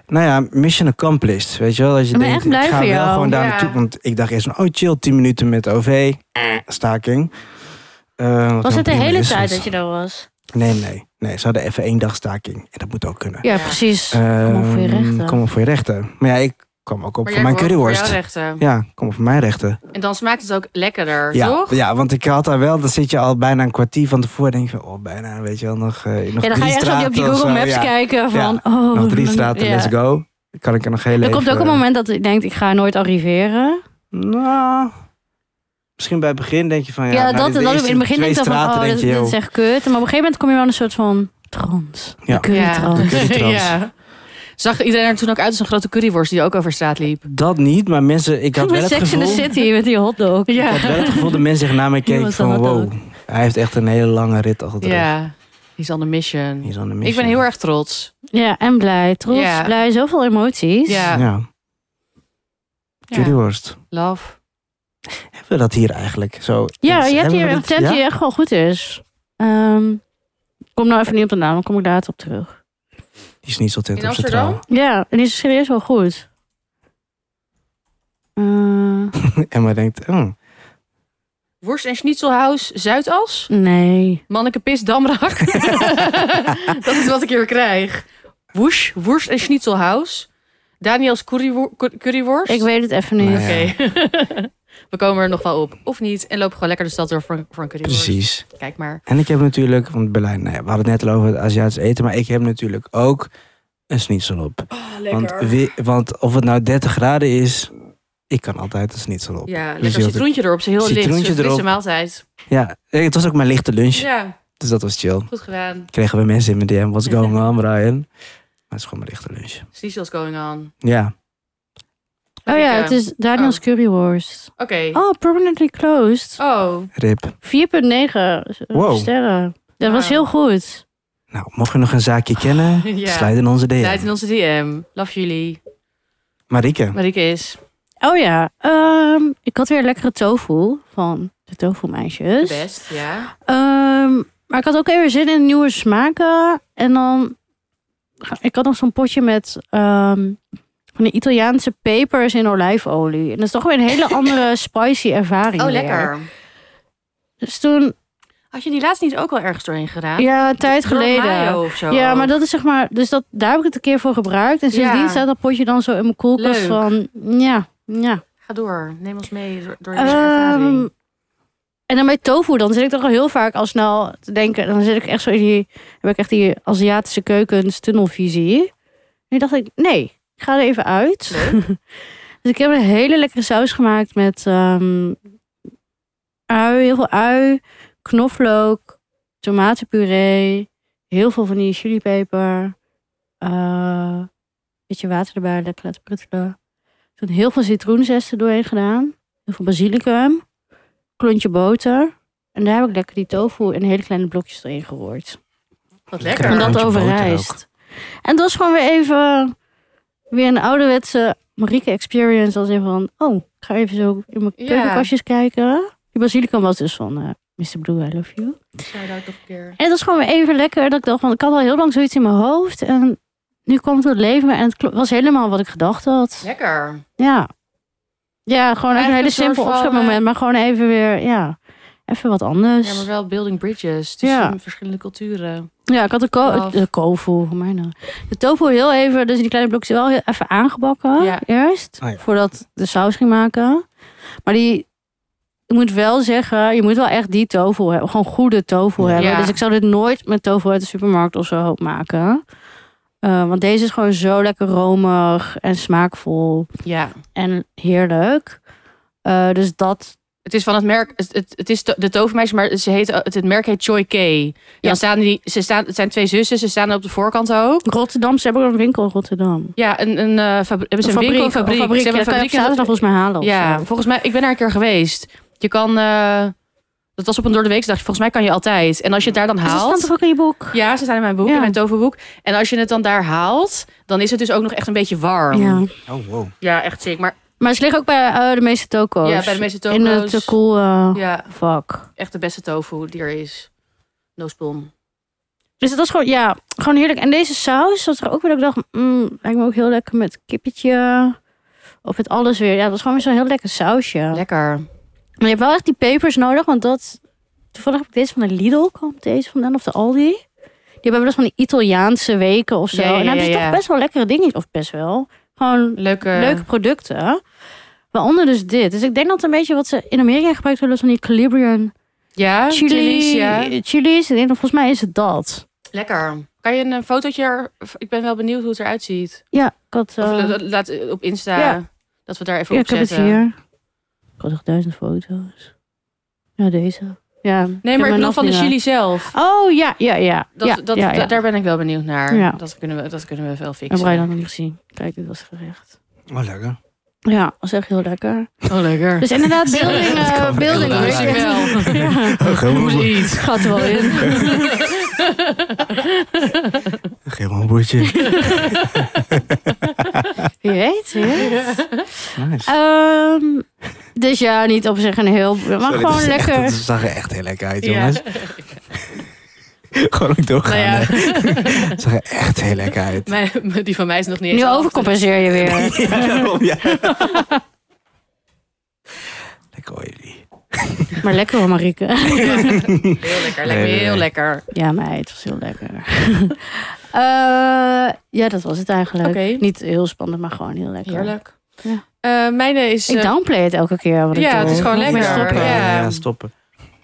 S2: nou ja, mission accomplished. Weet je wel, als je
S1: Ik ben
S2: denkt,
S1: echt blij
S2: ik ga
S1: voor
S2: wel
S1: jou.
S2: gewoon daar
S3: Ja.
S2: naartoe. Want ik dacht eerst van, oh chill, 10 minuten met OV. Eh, Staking. Eh, wat
S1: Was
S2: heel
S1: het de
S2: prima
S1: hele
S2: is,
S1: tijd
S2: want-
S1: dat je daar was?
S2: Nee, nee, nee. Ze hadden even één dag staking. En dat moet ook kunnen.
S1: Ja,
S3: Ja.
S1: precies.
S2: Ehm,
S1: op voor je rechten.
S2: Kom op voor je rechten. Maar ja, ik kwam ook op
S3: Maar
S2: voor
S3: jij
S2: mijn
S3: kwam ook
S2: curryworst.
S3: Voor jouw rechten.
S2: ja, kom op voor mijn rechten.
S3: En dan smaakt het ook lekkerder,
S2: Ja,
S3: toch?
S2: ja, want ik had daar wel, dan zit je al bijna een kwartier van tevoren. Denk je, oh, bijna, weet je wel, nog, eh, nog
S1: ja, dan ga
S2: drie
S1: je echt zo
S2: straten
S1: op die
S2: of
S1: Google
S2: zo.
S1: Maps
S2: Ja,
S1: kijken van... oh,
S2: Nog drie
S1: dan-
S2: straten,
S1: ja.
S2: let's go. Dan Kan ik er nog heel
S1: Er komt ook
S2: even- eh,
S1: een moment dat ik denk, ik ga nooit arriveren.
S2: Nou, misschien bij het begin denk je van, ja,
S1: Ja,
S2: nou,
S1: dat,
S2: de
S1: dat in
S2: eerste
S1: het begin
S2: twee
S1: denk ik dan van,
S2: straten
S1: oh,
S2: denk
S1: dit,
S2: je,
S1: dit
S2: joh.
S1: is echt kut. Maar op een gegeven moment kom je wel in een soort van trans.
S2: Ja.
S1: De currytrans.
S3: Ja.
S2: De currytrans.
S3: Zag iedereen er toen ook uit als een grote curryworst die ook over straat liep?
S2: Dat niet, maar mensen, ik had wel
S1: Met
S2: het
S1: Sex in
S2: gevoel...
S1: the City, met die hotdog.
S3: Ja.
S2: Ik had wel het gevoel dat mensen zich naar mij keken
S1: Iemand
S2: van,
S1: had dat
S2: wow, hij heeft echt een hele lange rit achter de rug.
S3: Ja, he's on a mission.
S2: Hij is aan de
S3: Ik
S2: missie.
S3: ben heel erg trots.
S1: Ja, en blij. Trots,
S3: Ja.
S1: blij. Zoveel emoties.
S3: Ja, ja.
S2: Ja, curryworst.
S3: love.
S2: Hebben we dat hier eigenlijk? Zo,
S1: Ja,
S2: is-
S1: je hebt
S2: hebben Dus we
S1: hier een
S2: dat-
S1: tent
S2: ja?
S1: die echt wel goed is. Ehm, kom nou even niet op de naam, dan kom ik later op terug.
S2: Die is niet zo tent
S3: In
S2: op
S3: Amsterdam?
S2: centraal.
S1: Ja, en die is serieus wel goed. Eh,
S2: Emma denkt, oh,
S3: Worst en Schnitzelhuis Zuidas.
S1: nee.
S3: Manneke pis Damrak. dat is wat ik hier krijg. Woesh, Worst en Schnitzelhuis. Daniels currywo- cur- curryworst.
S1: Ik weet het even niet.
S2: Nee.
S3: Oké. We komen er nog wel op. Of niet. En loop gewoon lekker de stad door voor, een- voor een curryworst.
S2: precies.
S3: Kijk maar.
S2: En ik heb natuurlijk, want Berlijn, nou ja, we hadden het net al over het Aziatisch eten, maar ik heb natuurlijk ook een schnitzel op.
S1: Oh,
S2: Want, eh, wie- want of het nou 30 graden is, ik kan altijd een schnitzel op. Ja.
S3: ja,
S2: Dus je
S3: lekker
S2: had
S3: citroentje erop. Ze heel licht.
S2: citroentje
S3: Een frisse
S2: erop.
S3: maaltijd.
S2: eh, het was ook mijn lichte lunch,
S3: Ja,
S2: dus dat was chill.
S3: goed gedaan.
S2: Kregen we mensen in mijn DM, what's going on Brian? Maar het is gewoon mijn lichte lunch.
S3: Schnitzel's going on.
S2: Ja,
S1: Oh ja,
S3: Lekker.
S1: het is Daniels
S3: Oh.
S1: Currywurst.
S3: Oké.
S1: Oh, permanently closed.
S3: Oh,
S2: rip.
S1: 4,9
S2: Wow.
S1: sterren. Dat was
S3: Wauw.
S1: heel goed.
S2: Nou, mocht je nog een zaakje kennen,
S3: Ja.
S2: sluit in onze DM.
S3: Leid in onze DM. Love jullie.
S2: Marike,
S3: Marieke is
S1: Oh ja, ehm, ik had weer lekkere tofu van de tofu meisjes.
S3: best, ja.
S1: Ehm, maar ik had ook even zin in nieuwe smaken. En dan... Ik had nog zo'n potje met ehm, van de Italiaanse pepers in olijfolie. En dat is toch weer een hele andere spicy ervaring
S3: Oh,
S1: weer.
S3: lekker.
S1: Dus toen,
S3: Had je die laatst niet ook wel ergens doorheen gedaan?
S1: ja, een tijd
S3: Door
S1: geleden...
S3: mayo of zo.
S1: Ja, maar dat is zeg maar. Dus dat, daar heb ik het een keer voor gebruikt. En sindsdien
S3: Ja.
S1: staat dat potje dan zo in mijn koelkast
S3: Leuk.
S1: van. Ja, ja.
S3: Ga door. Neem ons mee door, door deze
S1: Ehm,
S3: ervaring.
S1: en dan bij tofu, dan zit ik toch al heel vaak al snel te denken. Dan zit ik echt zo in die. Heb ik echt die Aziatische keukens tunnelvisie. Nu dacht ik, nee, ik ga er even uit. dus ik heb een hele lekkere saus gemaakt met ehm, ui, heel veel ui, knoflook, tomatenpuree, heel veel van die chilipeper. eh beetje water erbij, lekker laten pruttelen. Toen heel veel citroenzesten doorheen gedaan. Heel veel basilicum, klontje boter. En daar heb ik lekker die tofu in hele kleine blokjes doorheen geroerd.
S3: Wat
S1: En
S2: Lekker.
S3: lekker.
S1: dat
S2: klontje boter
S1: overrijst. En dat is gewoon weer even weer een ouderwetse Marieke experience. Als in van, oh, ik ga even zo in mijn
S3: Ja.
S1: keukenkastjes kijken. Die basilicum was dus van eh, Mr. Blue, I love you.
S3: Shout-out nog een keer.
S1: En dat is gewoon weer even lekker. Dat ik dacht van, ik had al heel lang zoiets in mijn hoofd. En nu kwam het tot leven. En het klo- was helemaal wat ik gedacht had.
S3: Lekker.
S1: Ja. Ja, gewoon even een
S3: Eigenlijk
S1: hele
S3: een soort
S1: simpel
S3: van, eh,
S1: opschepmoment. Maar gewoon even weer, ja, even wat
S3: Ja, maar
S1: anders.
S3: wel building bridges tussen
S1: Ja.
S3: verschillende culturen.
S1: Ja, ik had de, ko
S3: Love.
S1: de koolvoer, mij nou. De tofu heel even, dus in die kleine blokjes wel heel even aangebakken
S3: Ja.
S1: eerst.
S2: Oh ja.
S1: Voordat de saus ging maken. Maar die, ik moet wel zeggen, je moet wel echt die tofu hebben. Gewoon goede tofu hebben.
S3: Ja.
S1: Dus ik zou dit nooit met tofu uit de supermarkt of zo maken. Eh, want deze is gewoon zo lekker romig en smaakvol
S3: Ja.
S1: en heerlijk. Eh, dus dat,
S3: Het is van het merk, het, het, het is to- de tovermeisje, maar ze heet, het, het merk heet Choi K. Ja. Dan staan die, ze staan, het zijn twee zussen, ze staan op de voorkant ook.
S1: Rotterdam, ze hebben ook een winkel in Rotterdam.
S3: Ja, een, een, eh, fabri- hebben ze een, winkel, een fabriek.
S1: Een fabriek.
S3: Ze hebben
S1: Ja, dat kan je op
S3: in-
S1: zaterdag volgens mij halen. of
S3: Ja,
S1: zo.
S3: volgens mij, ik ben daar een keer geweest. Je kan, eh, dat was op een door de weekdag. Volgens mij kan je altijd. En als je het daar dan
S1: Dus dat staat
S3: haalt.
S1: toch ook in je boek?
S3: Ja, ze staan in mijn boek,
S1: Ja.
S3: in mijn toverboek. En als je het dan daar haalt, dan is het dus ook nog echt een beetje warm.
S1: Ja.
S2: Oh, wow.
S3: Ja, echt ziek. Maar
S1: Maar ze liggen ook bij eh, de meeste toko's.
S3: ja, bij de meeste tofu's.
S1: In het te cool eh,
S3: Ja,
S1: vak.
S3: echt de beste tofu die er is. No spon.
S1: Dus dat is gewoon, ja, gewoon heerlijk. En deze saus, dat er ook weer, dat ik dacht, mm, lijkt me ook heel lekker met kippetje. Of met alles weer. Ja, dat is gewoon weer zo'n heel lekker sausje.
S3: Lekker.
S1: Maar je hebt wel echt die pepers nodig, want dat Toevallig heb ik deze van de Lidl, komt deze vandaan, of de Aldi. Die hebben dus van die Italiaanse weken of zo.
S3: Ja, ja,
S1: en dan hebben ze
S3: ja, ja.
S1: toch best wel lekkere dingen. Of best wel. Gewoon
S3: Leuke,
S1: leuke producten. Waaronder dus dit. Dus ik denk dat een beetje wat ze in Amerika gebruikt hebben, is van die Calibrian
S3: ja,
S1: chili,
S3: chilies,
S1: chili's.
S3: ja.
S1: Ik denk dat volgens mij is het dat.
S3: Lekker. Kan je een eh, fotootje... er- Ik ben wel benieuwd hoe het eruit ziet.
S1: Ja, ik had,
S3: Of
S1: eh,
S3: la- laat op Insta
S1: Ja.
S3: dat we daar even
S1: ja,
S3: op
S1: ik heb het
S3: zetten.
S1: hier. Ik had echt duizend foto's. Ja, deze. Ja, ik heb
S3: Nee, maar ik
S1: mijn
S3: bedoel van de
S1: afdingen.
S3: chili zelf.
S1: Oh ja, ja, ja.
S3: Dat,
S1: ja,
S3: dat,
S1: ja,
S3: da-
S1: ja.
S3: Daar ben ik wel benieuwd naar.
S1: Ja.
S3: Dat, kunnen we, dat kunnen we wel
S1: heb Brian
S3: fixen.
S1: nog niet gezien. Kijk, dit was het gerecht.
S2: Oh, lekker.
S1: Ja, dat is echt heel lekker.
S3: Oh, lekker.
S1: Dus inderdaad, beelding,
S2: Dat kan
S1: eh beelding.
S2: inderdaad.
S1: hoor.
S3: Moest ik wel.
S1: Ja, het gaat er wel in.
S2: Geef me een boertje.
S1: Wie weet, wie weet.
S2: Nice.
S1: Ehm, dus ja, niet op zich een heel... Maar
S2: Sorry, dat
S1: gewoon
S2: is echt-
S1: lekker.
S2: dat zag er echt heel lekker uit,
S3: Ja.
S2: jongens. Gewoon ook doorgaan.
S3: Nou ja.
S2: hè. Het zag er echt heel lekker uit.
S3: Mijn- die van mij is nog niet eens
S1: Nu
S3: af.
S1: overcompenseer je weer.
S2: Ja, daarom, ja. Lekker olie.
S1: Maar lekker hoor, Marieke.
S3: dus Heel lekker,
S2: Nee,
S3: lekker,
S2: nee,
S3: heel
S2: nee.
S3: lekker.
S1: Ja, maar het was heel lekker. Eh, ja, dat was het eigenlijk.
S3: Oké.
S1: Niet heel spannend, maar gewoon heel lekker.
S3: Heerlijk.
S1: Ja.
S3: Eh, mijne is...
S1: Ik
S3: eh,
S1: downplay het elke keer. Wat ik
S3: Ja,
S1: doe.
S3: het is gewoon
S1: Moet ik
S3: lekker.
S1: maar
S2: Stoppen,
S1: stoppen.
S3: ja.
S2: ja, stoppen.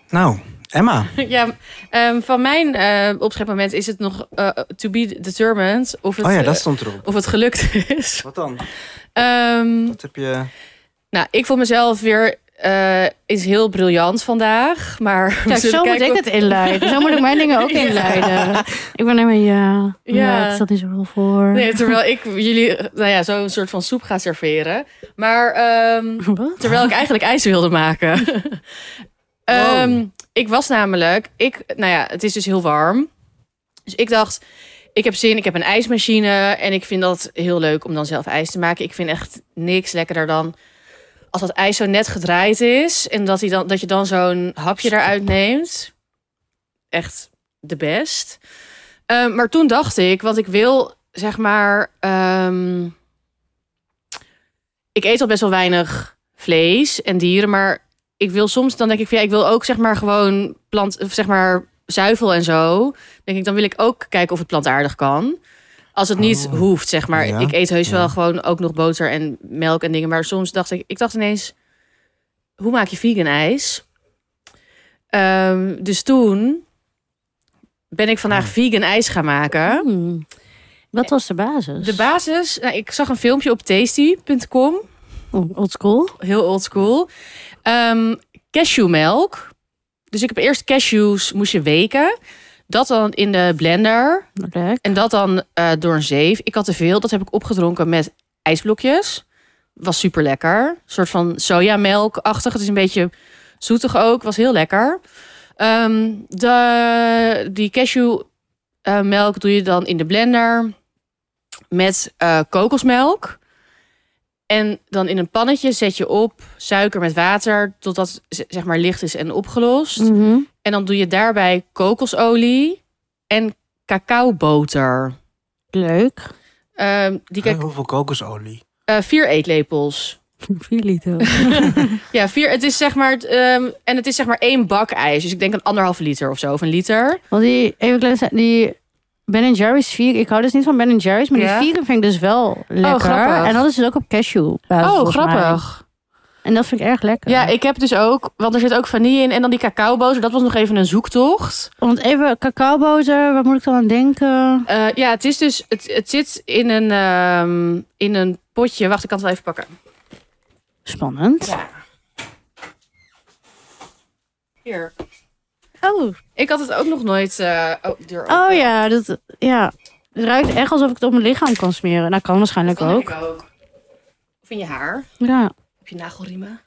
S2: Nou, Emma.
S3: ja, ehm, van mijn eh opschepmoment is het nog eh, to be determined of het,
S2: Oh ja, dat
S3: eh,
S2: stond erop.
S3: of het gelukt is.
S2: Wat dan?
S3: Ehm,
S2: Wat heb je...
S3: nou, ik vond mezelf weer eh is heel briljant vandaag, maar we
S1: Kijk,
S3: zullen
S1: zo moet
S3: kijken
S1: ik
S3: of-
S1: het inleiden. Zo moet ik mijn dingen ook inleiden. Ik ben helemaal, ja, ja.
S3: Ja.
S1: het staat niet zoveel voor.
S3: Nee, terwijl ik jullie, eh, nou ja, zo'n soort van soep ga serveren. Maar ehm,
S1: Wat?
S3: Terwijl ik eigenlijk ijs wilde maken. Ehm, ik was namelijk, ik, nou ja, het is dus heel warm. Dus ik dacht, ik heb zin, ik heb een ijsmachine. En ik vind dat heel leuk om dan zelf ijs te maken. Ik vind echt niks lekkerder dan als dat ijs zo net gedraaid is. En dat, hij dan, dat je dan zo'n hapje eruit neemt. Echt de best. Ehm, maar toen dacht ik, want ik wil, zeg maar... ehm, ik eet al best wel weinig vlees en dieren, maar ik wil soms dan denk ik van ja, ik wil ook zeg maar gewoon plant of zeg maar zuivel en zo. Dan Denk ik dan wil ik ook kijken of het plantaardig kan. Als het niet
S2: Oh.
S3: hoeft, zeg maar.
S2: Ja,
S3: ik eet heus
S2: ja.
S3: wel gewoon ook nog boter en melk en dingen, maar soms dacht ik, ik dacht ineens, hoe maak je vegan ijs? Ehm, dus toen ben ik vandaag vegan ijs gaan maken.
S1: Hmm. Wat was de basis?
S3: De basis, nou, ik zag een filmpje op tasty.com
S1: Oh, Old school?
S3: heel old school. Ehm, cashewmelk. Dus ik heb eerst cashews moest je weken. Dat dan in de blender.
S1: Leuk.
S3: En dat dan eh, door een zeef. Ik had te veel. Dat heb ik opgedronken met ijsblokjes. Was super lekker. Een soort van sojamelkachtig. Het is een beetje zoetig ook. Was heel lekker. Ehm, de, die cashewmelk doe je dan in de blender met eh, kokosmelk. En dan in een pannetje zet je op suiker met water totdat het z- zeg maar licht is en opgelost.
S1: Mhm.
S3: En dan doe je daarbij kokosolie en cacaoboter.
S1: Leuk.
S3: Ehm die kijk,
S2: Hoeveel kokosolie?
S3: eh, vier eetlepels.
S1: 4 liter.
S3: Ja, vier. Het is zeg maar het, ehm, en het is zeg maar één bak ijs. Dus ik denk een anderhalf liter of zo, of een liter.
S1: Want die, even klein, zijn- die Ben Jerry's vegan, ik hou dus niet van Ben Jerry's, maar
S3: Ja? Oh,
S1: die vegan vind ik dus wel lekker.
S3: grappig.
S1: En dat is dus ook op cashew. basis,
S3: oh,
S1: volgens mij.
S3: grappig.
S1: En dat vind ik erg lekker.
S3: Ja, ik heb dus ook, want er zit ook vanille in en dan die cacaoboter. Dat was nog even een zoektocht.
S1: Want even cacaoboter, waar moet ik dan aan denken?
S3: Eh, ja, het is dus, het, het zit in een, ehm, in een potje. Wacht, ik kan het wel even pakken.
S1: Spannend.
S3: Ja. Hier.
S1: Oh.
S3: Ik had het ook nog nooit. eh, oh, deur open.
S1: oh ja, dat ja. Het ruikt echt alsof ik het op mijn lichaam kan smeren. Nou, kan waarschijnlijk
S3: Dat kan
S1: ook.
S3: ik ook. Of in je haar.
S1: Ja.
S3: Op je nagelriemen.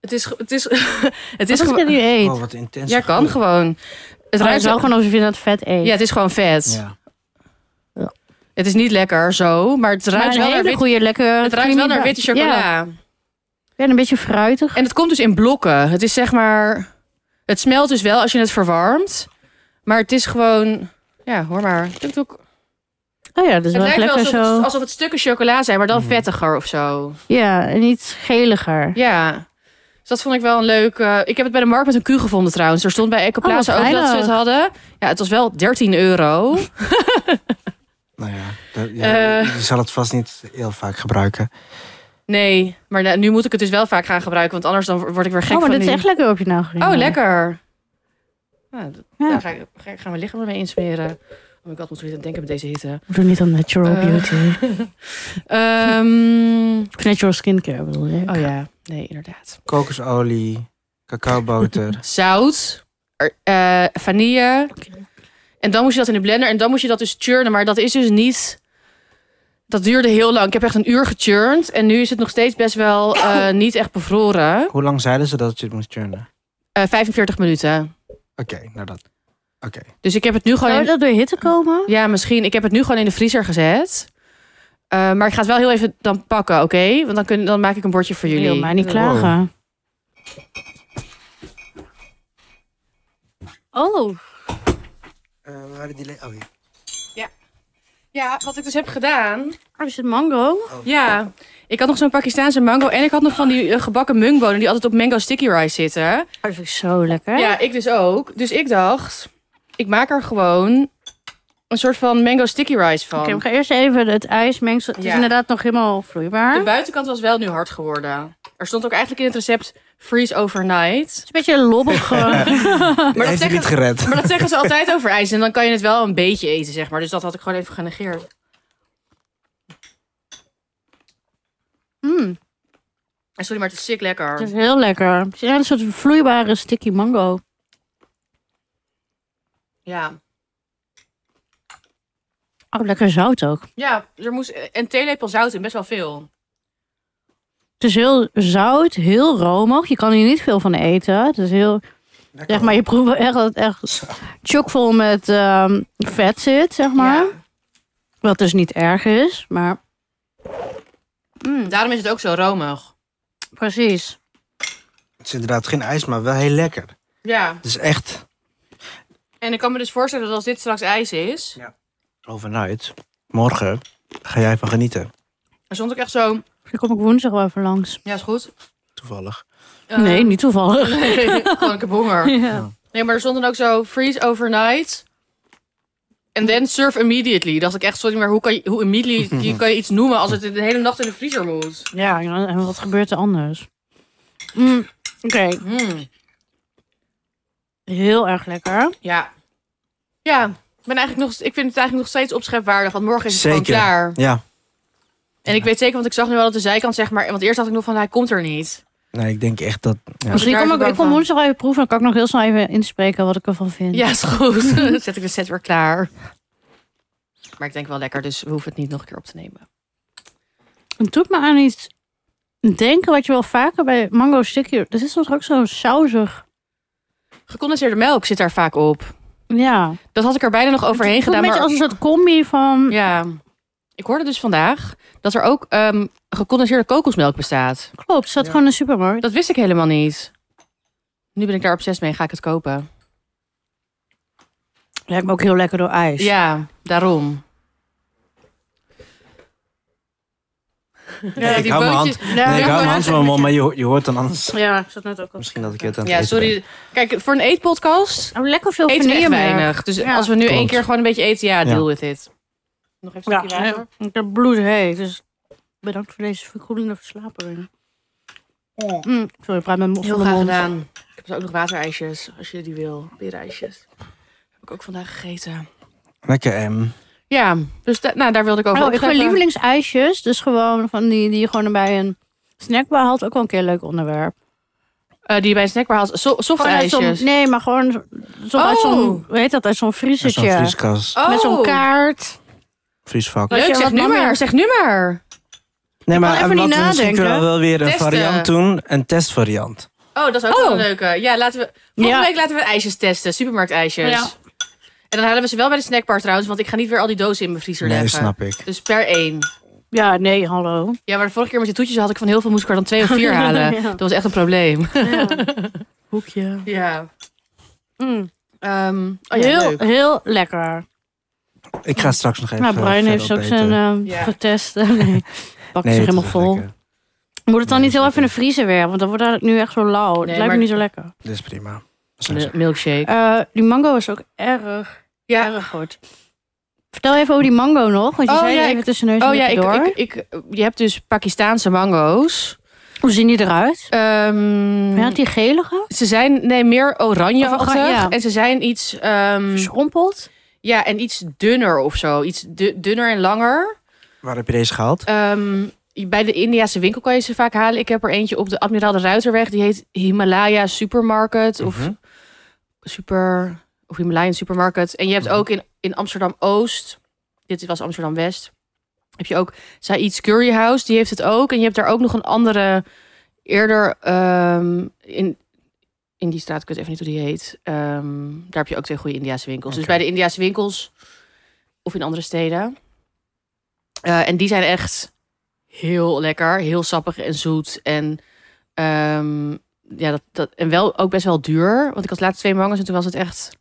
S3: Het is, ge- het is, het
S1: Het
S3: is
S1: is
S3: gewoon.
S1: nu eet.
S2: Oh, wat intens.
S3: Ja, kan gewoon. Het
S1: Het ruikt
S3: ruikt
S1: wel gewoon alsof je dat vet eet.
S3: Ja, het is gewoon vet.
S2: Ja.
S3: Het is niet lekker zo, maar het
S1: Maar
S3: ruikt
S1: een
S3: wel naar
S1: hele
S3: witte.
S1: goede, lekker...
S3: Het ruikt wel naar witte chocola.
S1: Ja, ja een beetje fruitig.
S3: En het komt dus in blokken. Het is zeg maar. Het smelt dus wel als je het verwarmt. Maar het is gewoon. Ja, hoor maar. Tuk, tuk.
S1: Oh ja, dat is
S3: Het
S1: wel echt
S3: lijkt wel
S1: lekker
S3: alsof,
S1: zo.
S3: Het, alsof het stukken chocola zijn, maar dan
S2: Mm.
S3: vettiger of zo.
S1: Ja, en iets geliger. Oh,
S3: Ja. Dus dat vond ik wel een leuk. eh, ik heb het bij de markt met een Q gevonden trouwens. Er stond bij Ecoplaza
S1: Oh, wat
S3: ook dat ze het
S1: veilig.
S3: hadden. Ja, het was wel 13 euro.
S2: Nou ja, dat- ja,
S3: Eh.
S2: je zal het vast niet heel vaak gebruiken.
S3: Nee, maar na- nu moet ik het dus wel vaak gaan gebruiken, want anders dan word ik weer gek
S1: oh, maar
S3: van
S1: dit is
S3: die-
S1: echt lekker op je nagel.
S3: Oh, lekker. Ja, d-
S1: Ja.
S3: Daar ga ik, ga, gaan we lichaam ermee insmeren. Oh, ik had moet ik aan denken met deze hitte.
S1: Doe niet aan natural
S3: Eh.
S1: beauty.
S3: Ehm,
S1: Of natural skincare bedoel je.
S3: oh ja, nee, inderdaad.
S2: Kokosolie, cacaoboter.
S3: Zout, er- eh, vanille. En dan moest je dat in de blender en dan moest je dat dus churnen. Maar dat is dus niet... Dat duurde heel lang. Ik heb echt een uur gechurnd. En nu is het nog steeds best wel eh, niet echt bevroren.
S2: Hoe lang zeiden ze dat je het moest churnen?
S3: Eh, 45 minuten.
S2: Oké, nou dat. Oké.
S3: Dus ik heb het nu gewoon...
S1: Zou
S3: in-
S1: Oh, dat door hitte komen?
S3: Ja, misschien. Ik heb het nu gewoon in de vriezer gezet. Eh, maar ik ga het wel heel even dan pakken, oké? Want dan, kun, dan maak ik een bordje voor jullie.
S1: Wil mij niet
S2: Wow.
S1: klagen. Oh,
S2: waren die le- oh, hier.
S3: Ja, wat ik dus heb gedaan.
S1: er Oh, is het mango?
S3: Ja, ik had nog zo'n Pakistaanse mango. En ik had nog van die eh, gebakken mungbonen die altijd op mango sticky rice zitten.
S1: Dat vind ik zo lekker.
S3: Ja, ik dus ook. Dus ik dacht, ik maak er gewoon een soort van mango sticky rice van.
S1: Oké, we gaan eerst even het ijs mengsel. Het
S3: Ja.
S1: is inderdaad nog helemaal vloeibaar.
S3: De
S1: Het
S3: buitenkant was wel nu hard geworden. Er stond ook eigenlijk in het recept freeze overnight.
S1: is een beetje lobbig. eh.
S3: dat
S2: Heeft hij
S3: zeggen-
S2: niet gered?
S3: Maar dat zeggen ze altijd over ijs. En dan kan je het wel een beetje eten, zeg maar. Dus dat had ik gewoon even genegeerd.
S1: Mm,
S3: En sorry, maar het is sick lekker.
S1: het is heel lekker. Het is een soort vloeibare sticky mango.
S3: Ja.
S1: Oh, lekker zout ook.
S3: Ja, er moest een theelepel zout in. Best wel veel.
S1: Het is heel zout, heel romig. Je kan hier niet veel van eten. Het is heel, zeg maar, je proeft echt dat het echt chockvol met ehm, vet zit, zeg maar. Wat dus niet erg is, maar
S3: Ja. Daarom is het ook zo romig.
S1: precies.
S2: Het is inderdaad geen ijs, maar wel heel lekker.
S3: Ja.
S2: Het is echt
S3: En ik kan me dus voorstellen dat als dit straks ijs is...
S2: overnight. Morgen ga jij van genieten.
S3: Er stond ook echt zo...
S1: Dan kom ik woensdag wel even langs.
S3: Ja, is goed.
S2: Toevallig.
S3: Eh,
S1: nee, niet toevallig.
S3: gewoon, ik heb honger.
S1: Ja.
S3: Nee, maar er stond dan ook zo... Freeze overnight. En then serve immediately. Dacht ik echt, sorry, maar hoe kan je, hoe immediately kan je iets noemen... als het de hele nacht in de vriezer moet?
S1: ja, en wat gebeurt er anders? Mm, Oké,
S3: Mm.
S1: heel erg lekker.
S3: Ja. Ja, ik ben eigenlijk nog, ik vind het eigenlijk nog steeds opschepwaardig. Want morgen is het
S2: Zeker.
S3: gewoon klaar.
S2: Ja.
S3: En ik weet zeker, want ik zag nu wel dat de zijkant zeg maar... Want eerst dacht ik nog van, hij komt er niet.
S2: Nee, ik denk echt dat. Ja.
S1: Misschien
S3: daar
S1: kom ik,
S3: even
S1: ik kom
S3: van.
S1: woensdag even proeven. Dan kan ik nog heel snel even inspreken wat ik ervan vind.
S3: Ja, is goed. Dan zet ik de set weer klaar. Maar ik denk wel lekker, dus we hoeven het niet nog een keer op te nemen.
S1: Het doet me aan iets denken wat je wel vaker bij mango sticky... Er zit soms ook zo'n sausig...
S3: Gecondenseerde melk zit daar vaak op.
S1: Ja.
S3: Dat had ik er bijna nog overheen
S1: Het voelt
S3: gedaan.
S1: Een beetje als
S3: maar...
S1: een soort combi van...
S3: Ja. Ik hoorde dus vandaag dat er ook ehm, gecondenseerde kokosmelk bestaat.
S1: Klopt, zat
S2: Ja.
S1: gewoon in de supermarkt.
S3: Dat wist ik helemaal niet. Nu ben ik daar obsessief mee, ga ik het kopen.
S1: Lijkt me ook heel lekker door ijs.
S3: Ja, daarom.
S2: Nee, ik hou mijn hand.
S1: Ja,
S2: Nee, ik hou
S1: maar-
S2: mijn hand van mijn mond, maar je, ho- je hoort dan anders.
S1: Ja, ik zat net ook al.
S2: Misschien dat ik het aan het
S3: Ja,
S2: eten ben.
S3: sorry. Kijk, voor een eetpodcast
S1: Oh, lekker veel
S3: eten we echt
S1: vanille meer.
S3: weinig. Dus
S1: Ja.
S3: als we nu
S2: Klopt.
S3: één keer gewoon een beetje eten, ja, deal with it. Nog even
S1: Ja,
S3: een stukje water.
S1: ik heb bloed heet. Dus bedankt voor deze verkoelende verslaving. Mm, sorry, ik praat met mijn
S3: Heel
S1: volle
S3: graag
S1: mond.
S3: gedaan. Ik heb zo ook nog waterijsjes, als je die wil. Berenijsjes. Heb ik ook vandaag gegeten.
S2: Lekker, em.
S3: Ja, dus da- nou, daar wilde ik over
S1: Oh, ik vind
S3: opscheppen.
S1: lievelingsijsjes, dus gewoon van die, die je gewoon bij een snackbar haalt, ook wel een keer een leuk onderwerp.
S3: Eh, die je bij een snackbar haalt. So soft
S1: Gewoon uit zo'n-
S3: ijsjes.
S1: nee, maar gewoon zo- uit
S3: Oh.
S1: zo'n, hoe heet dat, uit zo'n
S2: Zo'n
S1: vriezertje.
S2: vrieskast,
S3: Oh,
S1: Met zo'n kaart.
S2: vriesvak.
S1: Weet
S3: Leuk,
S1: je
S3: zeg
S1: wat
S3: nu
S1: mama-
S3: maar. Zeg nu maar.
S2: Nee, maar
S1: even
S2: en
S1: niet
S2: wat we misschien
S1: nadenken.
S2: kunnen we wel weer een
S3: Testen.
S2: variant doen. Een testvariant.
S3: Oh, dat is ook
S1: Oh.
S3: wel een leuke. Ja, laten we. Volgende
S1: Ja.
S3: week laten we ijsjes testen. Supermarktijsjes.
S1: Ja.
S3: En dan halen we ze wel bij de snackbar trouwens, want ik ga niet weer al die dozen in mijn vriezer
S2: Nee,
S3: leggen.
S2: snap ik.
S3: Dus per één.
S1: Ja, nee, hallo.
S3: Ja, maar de vorige keer met die toetjes had ik van heel veel moest ik er dan twee of vier halen.
S1: Oh, Ja.
S3: Dat was echt een probleem.
S1: Hoekje.
S3: Ja.
S1: Mm.
S3: Ehm, oh ja,
S1: heel,
S3: leuk.
S1: heel lekker.
S2: Ik ga straks nog even.
S1: nou, Brian
S2: verder
S1: heeft ook
S2: opeten.
S1: zijn ehm
S3: Ja.
S1: getest. Nee, pakt zich
S2: Nee, het is
S1: helemaal vol.
S2: lekker.
S1: Moet het dan niet heel even in de vriezer weer? Want dan wordt het nu echt zo lauw. het
S3: Nee,
S1: lijkt
S3: maar-
S1: me niet zo lekker.
S2: Dit is prima.
S3: Mil- milkshake.
S1: Eh, die mango is ook erg,
S3: Ja.
S1: erg goed. Vertel even over die mango nog. Want je
S3: Oh,
S1: zei
S3: ja,
S1: even
S3: ik-
S1: tussen neus en
S3: Oh ja,
S1: lippen
S3: ik,
S1: door.
S3: ik, ik, je hebt dus Pakistaanse mango's.
S1: Hoe zien die eruit?
S3: Ehm,
S1: Ja, die gelige?
S3: Ze zijn nee, meer
S1: Of
S3: oranjeachtig.
S1: oranje, ja.
S3: En ze zijn iets, ehm,
S1: Verschrompeld?
S3: ja, en iets dunner of zo. Iets du- dunner en langer.
S2: Waar heb je deze gehaald?
S3: Ehm, bij de Indiase winkel kan je ze vaak halen. Ik heb er eentje op de Admiraal de Ruiterweg. Die heet Himalaya Supermarket.
S2: Mhm.
S3: Of Super... Of Himalayan Supermarket. En je hebt
S2: Mhm.
S3: ook in, in Amsterdam-Oost... Dit was Amsterdam-West. Heb je ook Saïd's Curry House. Die heeft het ook. En je hebt daar ook nog een andere... Eerder ehm, in, in die straat, ik weet even niet hoe die heet. Ehm, daar heb je ook twee goede Indiase winkels. Dus
S2: Oké.
S3: bij de Indiase winkels... Of in andere steden. Eh, en die zijn echt heel lekker, heel sappig en zoet. En, ehm, ja, dat, dat, en wel ook best wel duur. Want ik had laatst twee mango's en toen was het echt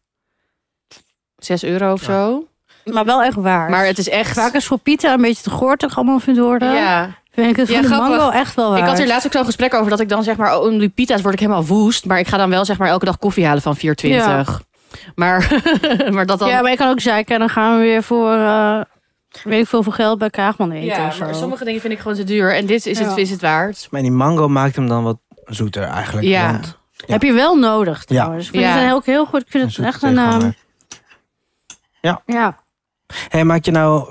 S3: 6 euro of
S2: Ja.
S3: zo.
S1: Maar wel echt waar.
S3: Maar het is echt.
S1: Vaak is voor Pieter een beetje te goortig allemaal vindt worden.
S3: ja,
S1: Vind ik het
S3: Ja,
S1: van de
S3: grappig.
S1: mango echt wel waard.
S3: ik had er laatst ook zo'n gesprek over dat ik dan zeg maar, oh, om die pita's word ik helemaal woest. Maar ik ga dan wel zeg maar elke dag koffie halen van 4,20. Maar, maar dat dan.
S1: Ja, maar ik kan ook zeiken en dan gaan we weer voor... eh weet ik veel voor geld bij Kaagman eten
S3: Ja,
S1: of zo.
S3: maar sommige dingen vind ik gewoon te duur. En dit is,
S1: Ja.
S3: het, is het waard.
S2: Maar die mango maakt hem dan wat zoeter eigenlijk.
S3: Ja.
S2: want- Ja.
S1: Heb je wel nodig
S2: Ja.
S1: trouwens. Ik vind
S3: Ja.
S1: het een heel, heel goed. Ik vind het
S2: zoete
S1: echt een...
S2: tegenhanger.
S1: ehm, ja.
S2: Hey, maak je nou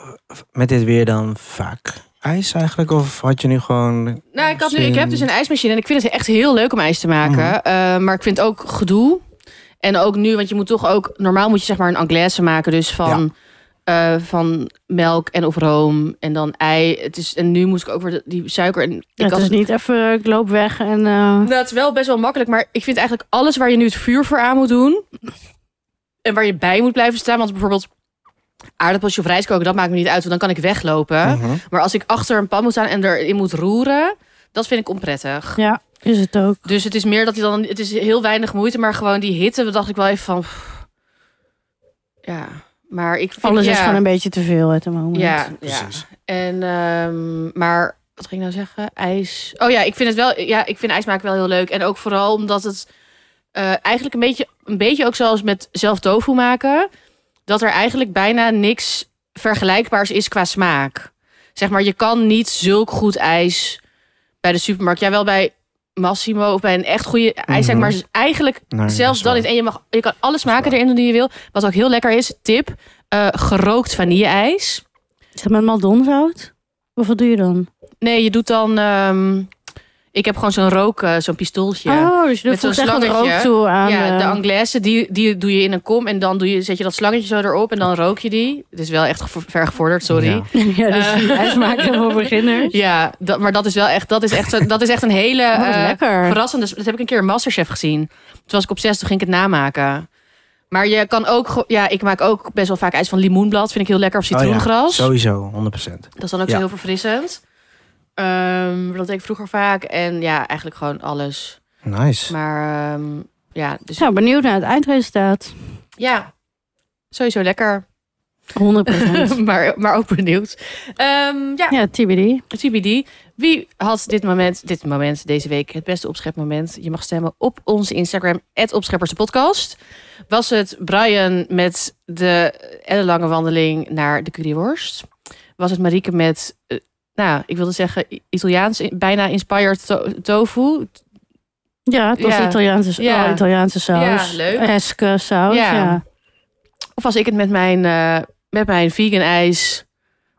S2: met dit weer dan vaak ijs eigenlijk? Of had je nu gewoon...
S3: Nou, ik, had nu,
S2: Zin-
S3: ik heb dus een ijsmachine en ik vind het echt heel leuk om ijs te maken.
S2: Mhm.
S3: Eh, maar ik vind het ook gedoe. En ook nu, want je moet toch ook... Normaal moet je zeg maar een anglaise maken. Dus van, eh, van melk en of room en dan ei. Het is, en nu moest ik ook weer de- die suiker... En ik
S1: Ja,
S3: had
S1: het is
S3: het-
S1: niet even, eh, ik loop weg en... eh,
S3: Dat Nou, is wel best wel makkelijk. Maar ik vind eigenlijk alles waar je nu het vuur voor aan moet doen... En waar je bij moet blijven staan. Want bijvoorbeeld aardappeltje of rijst koken, dat maakt me niet uit. Want dan kan ik weglopen.
S2: Mhm.
S3: Maar als ik achter een pan moet staan en erin moet roeren... Dat vind ik onprettig.
S1: ja, is het ook.
S3: Dus het is meer dat hij dan... Het is heel weinig moeite, maar gewoon die hitte... dat dacht ik wel even van... pff. ja, maar ik vind...
S1: Alles
S3: ja,
S1: is gewoon een beetje te veel at the moment.
S3: Ja, ja.
S2: Precies.
S3: En, ehm, maar... Wat ging ik nou zeggen? IJs. Oh ja, ik vind het wel... Ja, ik vind ijs maken wel heel leuk. En ook vooral omdat het... eh, eigenlijk een beetje, een beetje ook zoals met zelf tofu maken... dat er eigenlijk bijna niks vergelijkbaars is qua smaak. Zeg maar, je kan niet zulk goed ijs bij de supermarkt. Ja, wel bij Massimo of bij een echt goede ijszaak.
S2: Mhm.
S3: Maar eigenlijk
S2: Nee, dat
S3: Zelfs
S2: is
S3: dan
S2: waar.
S3: niet. En je, mag, je kan alle smaken
S2: waar.
S3: erin doen die je wil. Wat ook heel lekker is, tip, eh, gerookt vanille-ijs.
S1: Is dat met maldonzout? Of wat doe je dan?
S3: Nee, je doet dan... ehm, ik heb gewoon zo'n rook, eh, zo'n pistooltje.
S1: Oh, dus je
S3: Met
S1: voegt
S3: zo'n
S1: echt wat
S3: slangetje.
S1: rook toe aan...
S3: ja, de
S1: eh,
S3: Anglaise, die, die doe je in een kom. En dan doe je, zet je dat slangetje zo erop en dan rook je die. Het is wel echt gevo- ver gevorderd, sorry.
S2: Ja.
S3: Ja.
S1: ja, dus
S3: Eh.
S1: ijs maken voor beginners.
S3: dat, maar dat is wel echt, dat is echt, zo- dat is echt een hele
S1: Oh, Wat
S3: eh,
S1: lekker.
S3: verrassende. Dat heb ik een keer in Masterchef gezien. Toen was ik op zes, toen ging ik het namaken. Maar je kan ook, ge- ja, ik maak ook best wel vaak ijs van limoenblad. Vind ik heel lekker. Of
S2: Oh ja,
S3: citroengras.
S2: Sowieso, 100%.
S3: Dat is dan ook
S2: Ja.
S3: zo heel verfrissend. Ehm, dat deed ik vroeger vaak. En ja, eigenlijk gewoon alles.
S2: Nice.
S3: Maar ehm, ja, dus
S1: Zo, Nou, benieuwd naar het eindresultaat.
S3: ja, sowieso lekker.
S1: 100%.
S3: maar, maar ook benieuwd. Ehm, ja,
S1: ja, TBD.
S3: TBD. Wie had dit moment, dit moment, deze week, het beste opschepmoment? Je mag stemmen op onze Instagram, opschepperspodcast. Was het Brian met de ellenlange wandeling naar de curryworst? Was het Marieke met, eh, nou, ik wilde zeggen I- Italiaans, i- bijna inspired to- tofu?
S1: Ja, het was
S3: Ja.
S1: Italiaanse,
S3: Ja.
S1: oh, Italiaanse saus.
S3: Ja, leuk.
S1: Eske saus, ja.
S3: Ja. Of was ik het met mijn, eh, met mijn vegan ijs,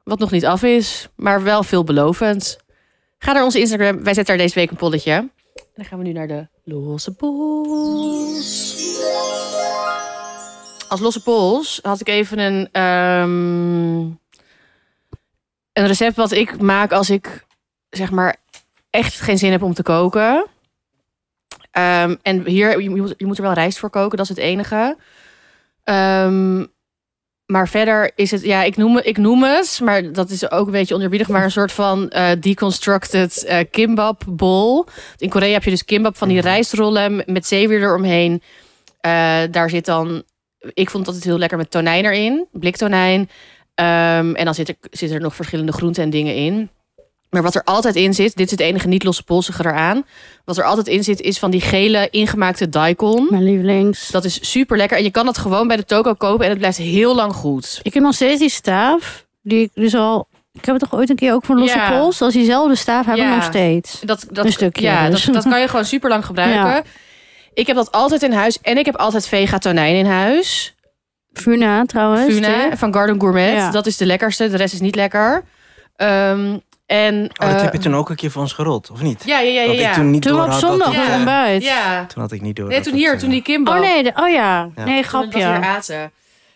S3: wat nog niet af is, maar wel veelbelovend? Ga naar onze Instagram, wij zetten daar deze week een polletje. En dan gaan we nu naar de losse pols. Als losse pols had ik even een, ehm, een recept wat ik maak als ik zeg maar echt geen zin heb om te koken. Ehm, en hier, je moet, je moet er wel rijst voor koken, dat is het enige. Ehm, maar verder is het, ja, ik noem, het- ik noem het, maar dat is ook een beetje onderbiedig, maar een soort van eh, deconstructed eh kimbap bowl. In Korea heb je dus kimbap van die rijstrollen m- met zeewier eromheen. Eh, daar zit dan, ik vond dat het heel lekker met tonijn erin, bliktonijn. Ehm, en dan zit er, zit er nog verschillende groenten en dingen in. Maar wat er altijd in zit, dit is het enige niet losse polsige eraan. Wat er altijd in zit, is van die gele ingemaakte daikon.
S1: Mijn lievelings.
S3: Dat is super lekker. En je kan dat gewoon bij de toko kopen en het blijft heel lang goed.
S1: Ik heb nog steeds die staaf. Die ik dus al. Ik heb het toch ooit een keer ook voor een losse
S3: Ja.
S1: pols. Als diezelfde staaf heb ik
S3: Ja.
S1: nog steeds.
S3: Dat, dat,
S1: Een stukje
S3: Ja,
S1: dus.
S3: dat, dat kan je gewoon super lang gebruiken.
S1: Ja.
S3: Ik heb dat altijd in huis. En ik heb altijd vega tonijn in huis.
S1: Funa trouwens.
S3: Funa
S1: dit.
S3: van Garden Gourmet.
S1: Ja.
S3: Dat is de lekkerste. De rest is niet lekker. Ehm, en,
S2: Oh, dat
S3: eh,
S2: heb je toen ook een keer voor ons gerold, of niet?
S3: Ja, ja, ja, ja.
S2: dat
S3: ja.
S2: ik toen niet
S1: Toen we
S2: door
S1: op
S2: had
S1: zondag
S2: dat het,
S1: voor
S3: Ja.
S2: eh,
S1: ontbijt.
S3: ja.
S2: Toen had ik niet door.
S3: Nee,
S2: dat
S3: toen
S2: het,
S3: hier,
S2: eh,
S3: toen die Kimbo.
S1: Oh nee, de- oh ja.
S2: Ja.
S1: Nee,
S3: Toen we dat hier
S1: grapje.
S3: aten.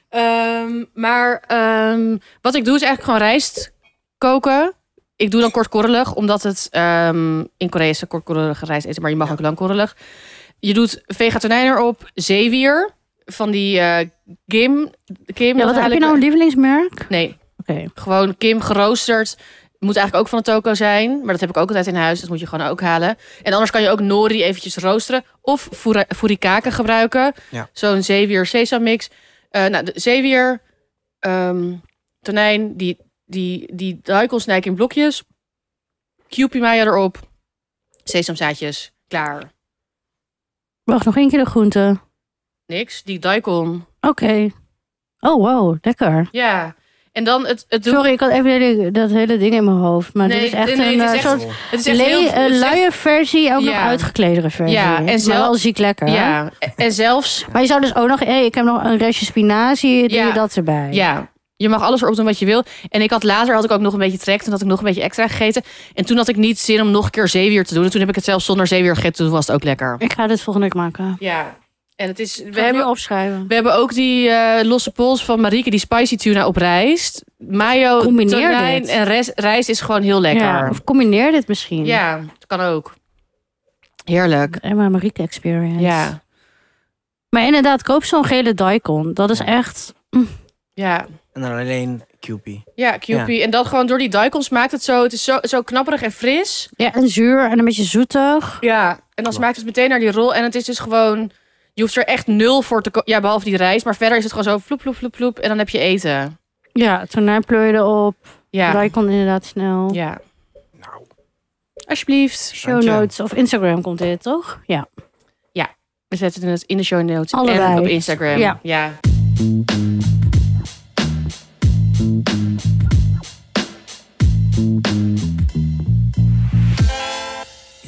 S3: Ehm, maar ehm, wat ik doe is eigenlijk gewoon rijst koken. Ik doe dan kortkorrelig, omdat het ehm, in Korea is kortkorrelige rijst eten, maar je mag ook langkorrelig. Je doet vega tonijn erop, zeewier van die eh, Kim. Kim
S1: Ja,
S3: dat
S1: wat
S3: haal
S1: heb je
S3: ik
S1: nou een
S3: er-
S1: lievelingsmerk?
S3: Nee,
S1: Oké.
S3: gewoon Kim geroosterd. Moet eigenlijk ook van de toko zijn, maar dat heb ik ook altijd in huis. Dat moet je gewoon ook halen. En anders kan je ook nori eventjes roosteren of fura- furikake gebruiken.
S2: Ja.
S3: Zo'n zeewier sesam mix. Eh, nou, de zeewier, ehm, tonijn, die, die, die duikel snij ik in blokjes. Cupie mayo erop. Sesamzaadjes, klaar.
S1: Wacht, nog één keer de groente.
S3: Niks. Die daikon.
S1: Oké. Oh, wow. Lekker.
S3: Ja. En dan het, het doen.
S1: Sorry, ik had even dat hele- dat hele ding in mijn hoofd. Maar
S3: Nee,
S1: dit is echt
S3: nee, nee,
S1: een
S3: het is
S1: eh,
S3: echt-
S1: soort
S3: Het is echt
S1: Le-
S3: heel, het
S1: eh,
S3: is echt-
S1: luie versie, ook nog
S3: Ja.
S1: uitgekledere versie.
S3: Ja, en zelf-
S1: Maar wel ziek lekker. hè?
S3: Ja. En- En zelfs
S1: Maar je zou dus ook nog... Hey, ik heb nog een restje spinazie, doe
S3: Ja.
S1: je dat erbij?
S3: Ja, je mag alles erop doen wat je wil. En ik had later had ik ook nog een beetje trek. Toen had ik nog een beetje extra gegeten. En toen had ik niet zin om nog een keer zeewier te doen. En toen heb ik het zelfs zonder zeewier gegeten. Toen was het ook lekker.
S1: Ik ga dit volgende week maken.
S3: Ja, en het is. We
S1: We hebben
S3: hebben,
S1: opschrijven.
S3: we hebben ook die eh, losse pols van Marieke, die spicy tuna op rijst. Mayo,
S1: Combineer
S3: tonijn
S1: dit.
S3: en res- rijst is gewoon heel lekker.
S1: Ja,
S3: Ja,
S1: of combineer dit misschien.
S3: dat kan ook. Heerlijk.
S1: Emma Marieke Experience.
S3: Ja,
S1: Maar inderdaad, koop zo'n gele daikon. Dat is echt...
S3: ja.
S2: En dan alleen Cupie.
S3: Ja, Cupie. En dat gewoon door die daikons maakt het zo. Het is zo, zo knapperig en fris.
S1: Ja, en zuur en een beetje zoetig.
S3: Ja, en dan smaakt het meteen naar die rol. En het is dus gewoon... Je hoeft er echt nul voor te ko- Ja, behalve die rijst. Maar verder is het gewoon zo vloep, vloep, vloep, vloep. En dan heb je eten.
S1: Ja, tonijn pleur je erop.
S3: Ja.
S1: Daikon inderdaad snel.
S3: ja.
S2: Nou.
S3: Alsjeblieft.
S1: Show
S2: Dank je.
S1: notes of Instagram komt dit, toch? Ja.
S3: We zetten het in het- in de show notes. En
S1: Allebei.
S3: op Instagram.
S1: Ja.
S3: ja.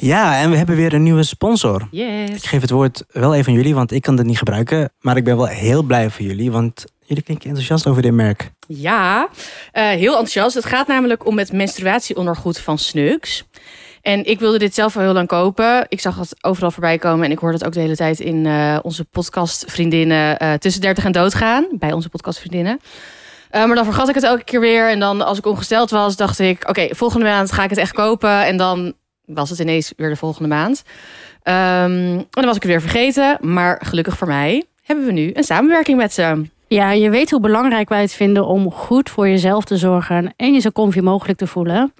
S2: Ja, en we hebben weer een nieuwe sponsor.
S3: Yes.
S2: Ik geef het woord wel even aan jullie, want ik kan dit niet gebruiken. Maar ik ben wel heel blij voor jullie, want jullie klinken enthousiast over dit merk.
S3: Ja, eh, heel enthousiast. Het gaat namelijk om het menstruatieondergoed van Snux. En ik wilde dit zelf al heel lang kopen. Ik zag het overal voorbij komen en ik hoorde het ook de hele tijd in eh, onze podcastvriendinnen eh, tussen 30 en doodgaan. Bij onze podcastvriendinnen. Eh, maar dan vergat ik het elke keer weer. En dan als ik ongesteld was, dacht ik, oké, volgende maand ga ik het echt kopen. En dan was het ineens weer de volgende maand. Ehm, en dan was ik het weer vergeten. Maar gelukkig voor mij hebben we nu een samenwerking met ze.
S1: Ja, je weet hoe belangrijk wij het vinden om goed voor jezelf te zorgen en je zo comfy mogelijk te voelen.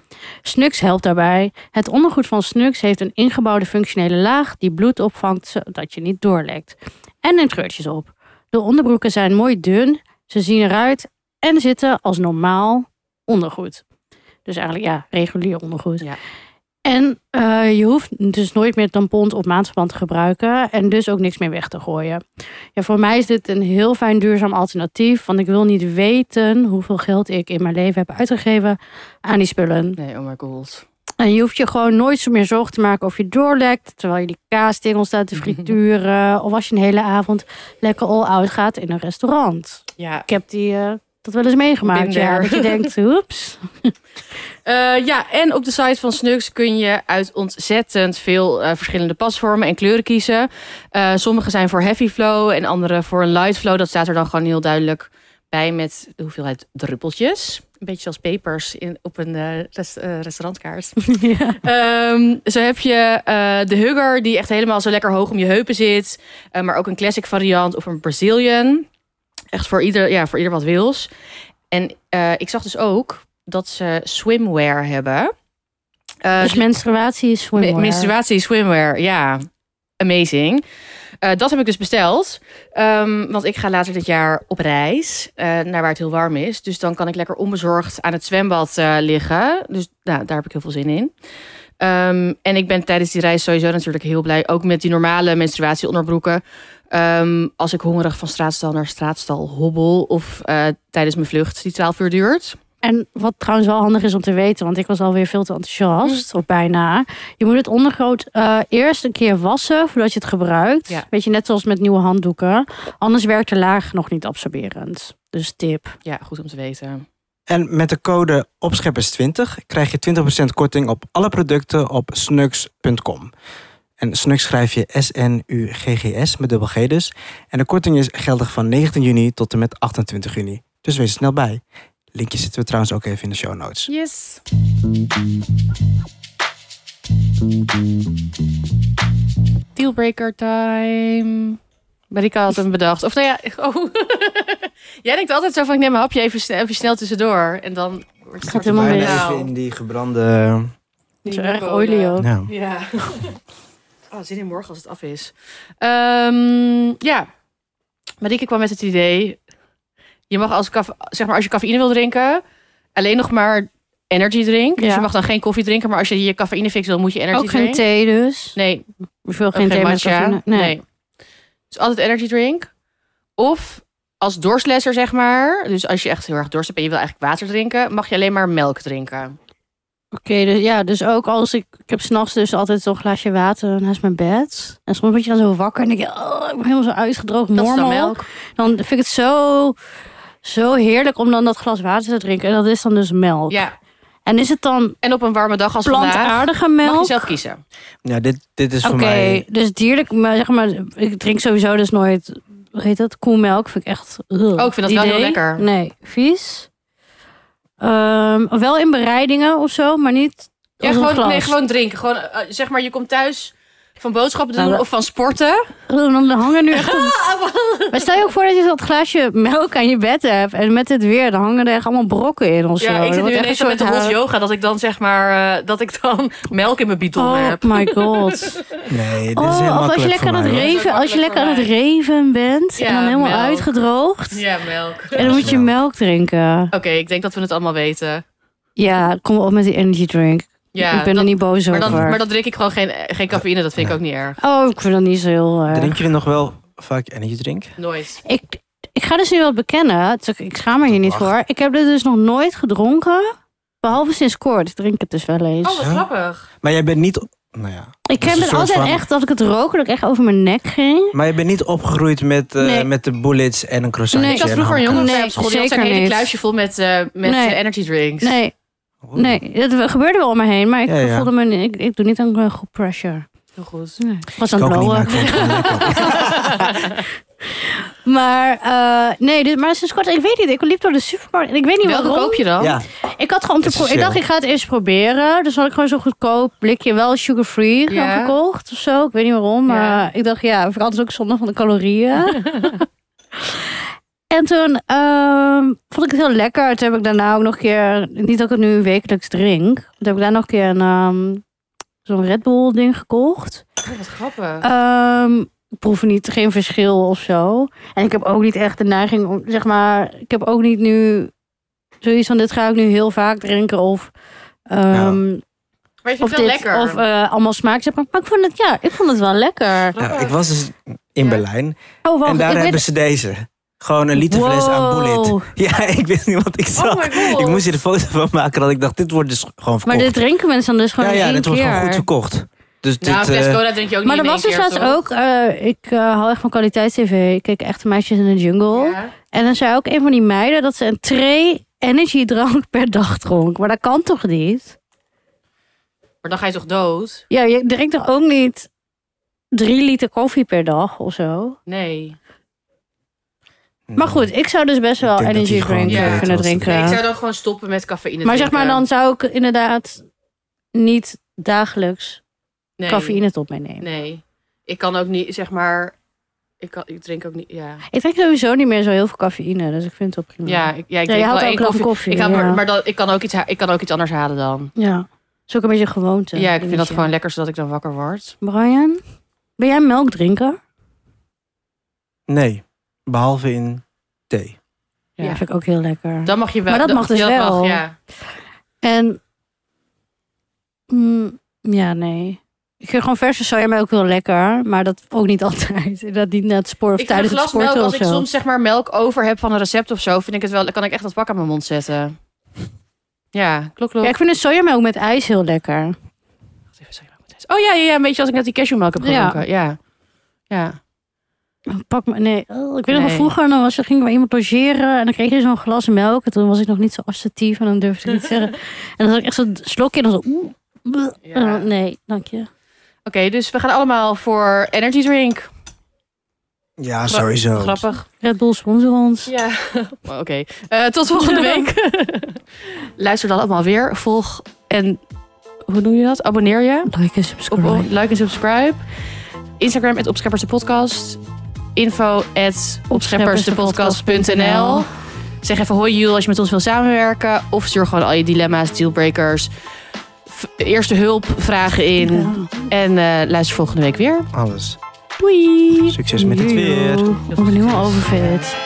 S1: Snux helpt daarbij. Het ondergoed van Snux heeft een ingebouwde functionele laag die bloed opvangt zodat je niet doorlekt. En neemt geurtjes op. De onderbroeken zijn mooi dun, ze zien eruit en zitten als normaal ondergoed. Dus eigenlijk ja, regulier ondergoed.
S3: Ja.
S1: En eh, je hoeft dus nooit meer tampons of maandverband te gebruiken en dus ook niks meer weg te gooien. Ja, voor mij is dit een heel fijn duurzaam alternatief. Want ik wil niet weten hoeveel geld ik in mijn leven heb uitgegeven aan die spullen.
S3: Nee, oh my god.
S1: En Nou, je hoeft je gewoon nooit zo meer zorgen te maken of je doorlekt. Terwijl je die kaastingel staat te frituren. of als je een hele avond lekker all-out gaat in een restaurant.
S3: Ja,
S1: Ik heb die, eh, dat wel eens meegemaakt.
S3: Been there.
S1: Ja, dat je denkt, oeps.
S3: Eh, ja, en op de site van Snux kun je uit ontzettend veel eh, verschillende pasvormen en kleuren kiezen. Eh, sommige zijn voor heavy flow en andere voor een light flow. Dat staat er dan gewoon heel duidelijk bij met de hoeveelheid druppeltjes. Een beetje zoals pepers in, op een eh, res- eh, restaurantkaart.
S1: ja.
S3: Ehm, zo heb je eh, de hugger die echt helemaal zo lekker hoog om je heupen zit. Eh, maar ook een classic variant of een Brazilian. Echt voor ieder, ja, voor ieder wat wils. En eh, ik zag dus ook dat ze swimwear hebben. Eh,
S1: Dus menstruatie is voor
S3: me- Menstruatie, swimwear, ja. Amazing. Eh, dat heb ik dus besteld. Ehm, want ik ga later dit jaar op reis eh, naar waar het heel warm is. Dus dan kan ik lekker onbezorgd aan het zwembad eh, liggen. Dus nou, daar heb ik heel veel zin in. Ehm, en ik ben tijdens die reis sowieso natuurlijk heel blij. Ook met die normale menstruatieonderbroeken. Ehm, als ik hongerig van straatstal naar straatstal hobbel. Of eh, tijdens mijn vlucht die 12 uur duurt.
S1: En wat trouwens wel handig is om te weten, want ik was alweer veel te enthousiast,
S3: Hm.
S1: of bijna. Je moet het ondergoed eh, eerst een keer wassen voordat je het gebruikt.
S3: Ja.
S1: Weet je, net zoals met nieuwe handdoeken. Anders werkt de laag nog niet absorberend. Dus tip.
S3: Ja, goed om te weten.
S2: En met de code opscheppers20 krijg je 20% korting op alle producten op snux.com. En Snux schrijf je S-N-U-G-G-S met dubbel G dus. En de korting is geldig van 19 juni tot en met 28 juni. Dus wees er snel bij. Linkje zitten we trouwens ook even in de show notes.
S3: Yes. Dealbreaker time. Marika had hem bedacht. Of nou ja, oh. jij denkt altijd zo van ik neem een hapje even, sne- even snel tussendoor. En dan wordt het
S1: Gaat
S3: een
S1: helemaal
S3: soort-
S1: mis.
S3: Nou,
S2: die gebrande...
S1: Het is
S3: die eh,
S1: erg
S3: bonen.
S1: olie ook.
S2: Nou,
S3: Ja. Oh, zin in morgen als het af is. Ehm, ja. Marieke kwam met het idee. Je mag als, caf- zeg maar, als je cafeïne wil drinken, alleen nog maar energy drink. Dus
S1: Ja.
S3: je mag dan geen koffie drinken, maar als je je cafeïnefix wil, moet je energy
S1: Ook geen
S3: drinken.
S1: thee dus.
S3: Nee,
S1: Veel
S3: geen,
S1: geen thee met
S3: matcha.
S1: cafeïne.
S3: nee.
S1: Nee.
S3: Dus altijd energy drink. Of als dorstlesser, zeg maar. Dus als je echt heel erg dorst hebt en je wil eigenlijk water drinken, mag je alleen maar melk drinken.
S1: Oké, dus ja, dus ook als ik... Ik heb s'nachts dus altijd zo'n glaasje water naast mijn bed. En soms word je dan zo wakker en denk je... Oh, ik ben helemaal zo uitgedroogd.
S3: Dat is dan
S1: mormel.
S3: melk.
S1: dan vind ik het zo, zo heerlijk om dan dat glas water te drinken. En dat is dan dus melk.
S3: Ja.
S1: En is het dan
S3: En op een warme dag als vandaag
S1: plantaardige
S3: mag je
S1: melk?
S3: zelf kiezen.
S2: ja, dit, dit is
S1: Oké,
S2: voor mij...
S1: dus dierlijk, maar zeg maar, ik drink sowieso dus nooit, hoe heet dat, koemelk. Vind ik echt. ugh,
S3: Oh, ik vind dat wel heel
S1: idee.
S3: lekker.
S1: Nee, vies. Ehm, wel in bereidingen of zo, maar niet.
S3: Ja,
S1: als een
S3: gewoon,
S1: glas.
S3: nee, gewoon drinken. Gewoon, eh, zeg maar, je komt thuis van boodschappen doen
S1: Nou, dat-
S3: of van sporten.
S1: Ugh, dan hangen nu echt. op- maar stel je ook voor dat je dat glaasje melk aan je bed hebt en met dit weer, dan hangen er echt allemaal brokken in of zo.
S3: Ja, ik
S1: Dat
S3: zit nu
S1: wordt echt
S3: ineens
S1: een
S3: met de
S1: soort
S3: hot
S1: huid.
S3: yoga. Dat ik dan zeg maar, eh, dat ik dan melk in mijn bidon
S1: Oh
S3: heb.
S1: my god.
S2: Nee, dit is heel
S1: Oh, of
S2: makkelijk
S1: als je
S2: voor
S1: lekker aan het
S2: mij, hoor.
S3: Dat is
S1: reven,
S3: ook
S1: als je lekker aan het
S3: makkelijk
S1: reven bent
S3: Ja,
S1: en dan helemaal
S3: melk.
S1: uitgedroogd.
S3: Ja, melk. Oké,
S1: En dan moet je
S2: Melk.
S1: melk drinken.
S3: ik denk dat we het allemaal weten.
S1: Ja, kom op met die energy drink.
S3: Ja,
S1: ik ben
S3: dat-
S1: er niet boos
S3: maar,
S1: over.
S3: dan, maar dan drink ik gewoon geen, eh, geen cafeïne. Dat vind ik ook niet erg.
S1: Oh, ik vind dat niet zo heel. eh,
S2: Drink je nog wel vaak energy drink?
S3: Nooit.
S1: Ik, ik ga dus nu wat bekennen. Het is ook- Ik schaam me hier niet
S2: Ach.
S1: voor. Ik heb dit dus nog nooit gedronken. Behalve sinds kort. Ik drink het dus wel eens.
S3: Oh, wat
S2: Ja.
S3: grappig.
S2: Maar jij bent niet... Nou ja.
S1: ik
S2: dat is
S1: ken
S2: een
S1: het
S2: soort
S1: altijd
S2: van-
S1: echt dat ik het rook, dat ik echt over mijn nek ging.
S2: Maar je bent niet opgegroeid met, eh,
S1: Nee.
S2: met de bullets en een croissantje.
S1: Nee.
S3: Ik had
S2: en
S3: vroeger een
S2: hamburger.
S3: jongen
S1: Nee,
S3: op school. Die had
S1: zeker
S3: zijn hele
S1: niet.
S3: kluisje vol met, eh, met
S1: Nee.
S3: eh, energy drinks.
S1: Nee, nee, dat gebeurde wel om me heen. Maar ik
S2: Ja, ja.
S1: voelde me. niet- Ik, ik doe niet aan eh, goed pressure.
S3: Heel goed.
S1: Nee. Ik was
S2: Ik
S1: aan het
S2: ook niet, maar
S1: blowen.
S2: ik vond het gewoon lekker.
S1: Maar eh, nee, dit, maar sinds kort, ik weet niet. Ik liep door de supermarkt en ik weet niet
S3: Welke
S1: waarom.
S3: koop je dan?
S2: Ja,
S1: Ik had gewoon te pro- Ik
S2: Essentieel.
S1: dacht, ik ga het eerst proberen. Dus had ik gewoon zo'n goedkoop blikje wel sugar free
S3: Ja.
S1: gekocht of zo. Ik weet niet waarom. Maar
S3: Ja.
S1: ik dacht, ja, vind ik altijd ook zonde van de calorieën. en toen ehm, vond ik het heel lekker. Toen heb ik daarna ook nog een keer, niet dat ik het nu wekelijks drink. Toen heb ik daar nog een keer een, ehm, zo'n Red Bull ding gekocht.
S3: Oh, wat grappig.
S1: Ehm, ik proef niet, geen verschil of zo. En ik heb ook niet echt de neiging om, zeg maar, ik heb ook niet nu zoiets van dit ga ik nu heel vaak drinken of. ehm,
S2: Nou.
S3: Maar je vindt
S1: of
S3: het wel
S1: dit,
S3: lekker.
S1: of eh, allemaal smaak. Maar ik vond het, ja, ik vond het wel lekker.
S2: ja, ik was dus in
S3: Ja.
S2: Berlijn.
S1: Oh, wacht,
S2: En daar
S1: ik
S2: hebben
S1: weet-
S2: ze deze. Gewoon een liter fles aan bullet.
S1: Wow. Oh
S2: Ja, ik wist niet wat ik zag.
S3: Oh my god.
S2: ik moest hier een foto van maken dat ik dacht, dit wordt dus gewoon verkocht.
S1: Maar dit drinken mensen dan dus gewoon
S2: ja, ja,
S1: in één
S2: dit wordt gewoon
S1: keer.
S2: goed verkocht. Dus
S3: Nou, een
S2: dit...
S3: fles
S2: eh,
S3: cola drink je ook
S1: maar
S3: niet
S1: er
S3: in
S1: was
S3: één
S1: dus
S3: keer,
S1: laatst
S3: toch?
S1: ook, eh, ik eh, hou echt van kwaliteits-tv. Ik keek echt meisjes in de jungle.
S3: Ja.
S1: En dan zei ook een van die meiden dat ze een tray energiedrank per dag dronk. Maar dat kan toch niet?
S3: Maar dan ga je toch dood?
S1: Ja, je drinkt toch ook niet drie liter koffie per dag of zo?
S3: Nee.
S1: Maar goed, ik zou dus best wel
S2: denk dat die
S1: energy
S2: gewoon
S1: drink
S3: weet
S1: eh, kunnen
S2: wat ze
S1: drinken.
S3: Nee, Ik zou dan gewoon stoppen met cafeïne
S1: maar zeg
S3: drinken.
S1: maar, dan zou ik inderdaad niet dagelijks
S3: nee.
S1: cafeïne tot mij nemen.
S3: Nee. Ik kan ook niet, zeg maar... Ik, kan, ik drink ook niet, ja.
S1: Ik drink sowieso niet meer zo heel veel cafeïne, dus ik vind het wel prima.
S3: Ja, ik, ja, ik
S1: Ja,
S3: drink
S1: je
S3: wel
S1: houdt
S3: één
S1: ook wel van
S3: koffie.
S1: koffie.
S3: Ik, hou- maar,
S1: ja.
S3: maar dan, ik, kan ook iets, ha- ik kan ook iets anders halen dan.
S1: ja, het is ook een beetje een gewoonte.
S3: Ja, ik vind dat
S1: dingetje.
S3: gewoon lekker, zodat ik dan wakker word.
S1: Brian, ben jij melkdrinker?
S2: Nee, behalve in thee.
S1: Ja.
S3: Ja.
S1: vind ik ook heel lekker.
S3: Dan mag je wel.
S1: Maar dat mag dus
S3: dat
S1: wel.
S3: ja.
S1: En mm, ja, nee. Ik vind gewoon verse soja melk heel lekker, maar dat ook niet altijd. Dat niet net spoor of
S3: Ik vind een
S1: tijdens het
S3: glas
S1: sporten
S3: melk, als
S1: of
S3: ik
S1: zo.
S3: soms zeg maar melk over heb van een recept of zo, vind ik het wel, dan kan ik echt dat pak aan mijn mond zetten. Ja, klok, klok.
S1: Ja, ik vind een sojamelk met ijs heel lekker.
S3: Wacht even, sorry, laat ik het eens- Oh ja, ja, ja, een beetje als ik net die cashewmelk heb
S1: Ja.
S3: gedronken. Ja. Ja.
S1: Pak me, nee, oh, ik weet nog
S3: Nee.
S1: wel vroeger, dan was, ging ik bij iemand logeren en dan kreeg je zo'n glas melk. En toen was ik nog niet zo assertief en dan durfde ik niet zeggen. En dan had ik echt zo'n slokje en dan zo... oeh, bleh.
S3: Ja.
S1: En dan, nee, dank je.
S3: Oké, dus we gaan allemaal voor energy drink.
S2: Ja, Ah, sowieso.
S3: Grappig.
S1: Red Bull sponsor ons.
S3: Ja. Maar Oké. Eh, tot volgende week. Luister dan allemaal weer. Volg en hoe noem je dat? Abonneer je.
S1: Like en
S3: Op,
S1: subscribe.
S3: like en subscribe. Instagram at Opscheppers de Podcast. Info at opscheppersdepodcast.nl. Zeg even hoi Jul als je met ons wil samenwerken. Of stuur gewoon al je dilemma's, dealbreakers. v- Eerste hulp, vragen in. En eh, luister volgende week weer.
S2: Alles.
S3: Doei!
S2: Succes met het weer.
S1: Yo, Opnieuw overfit.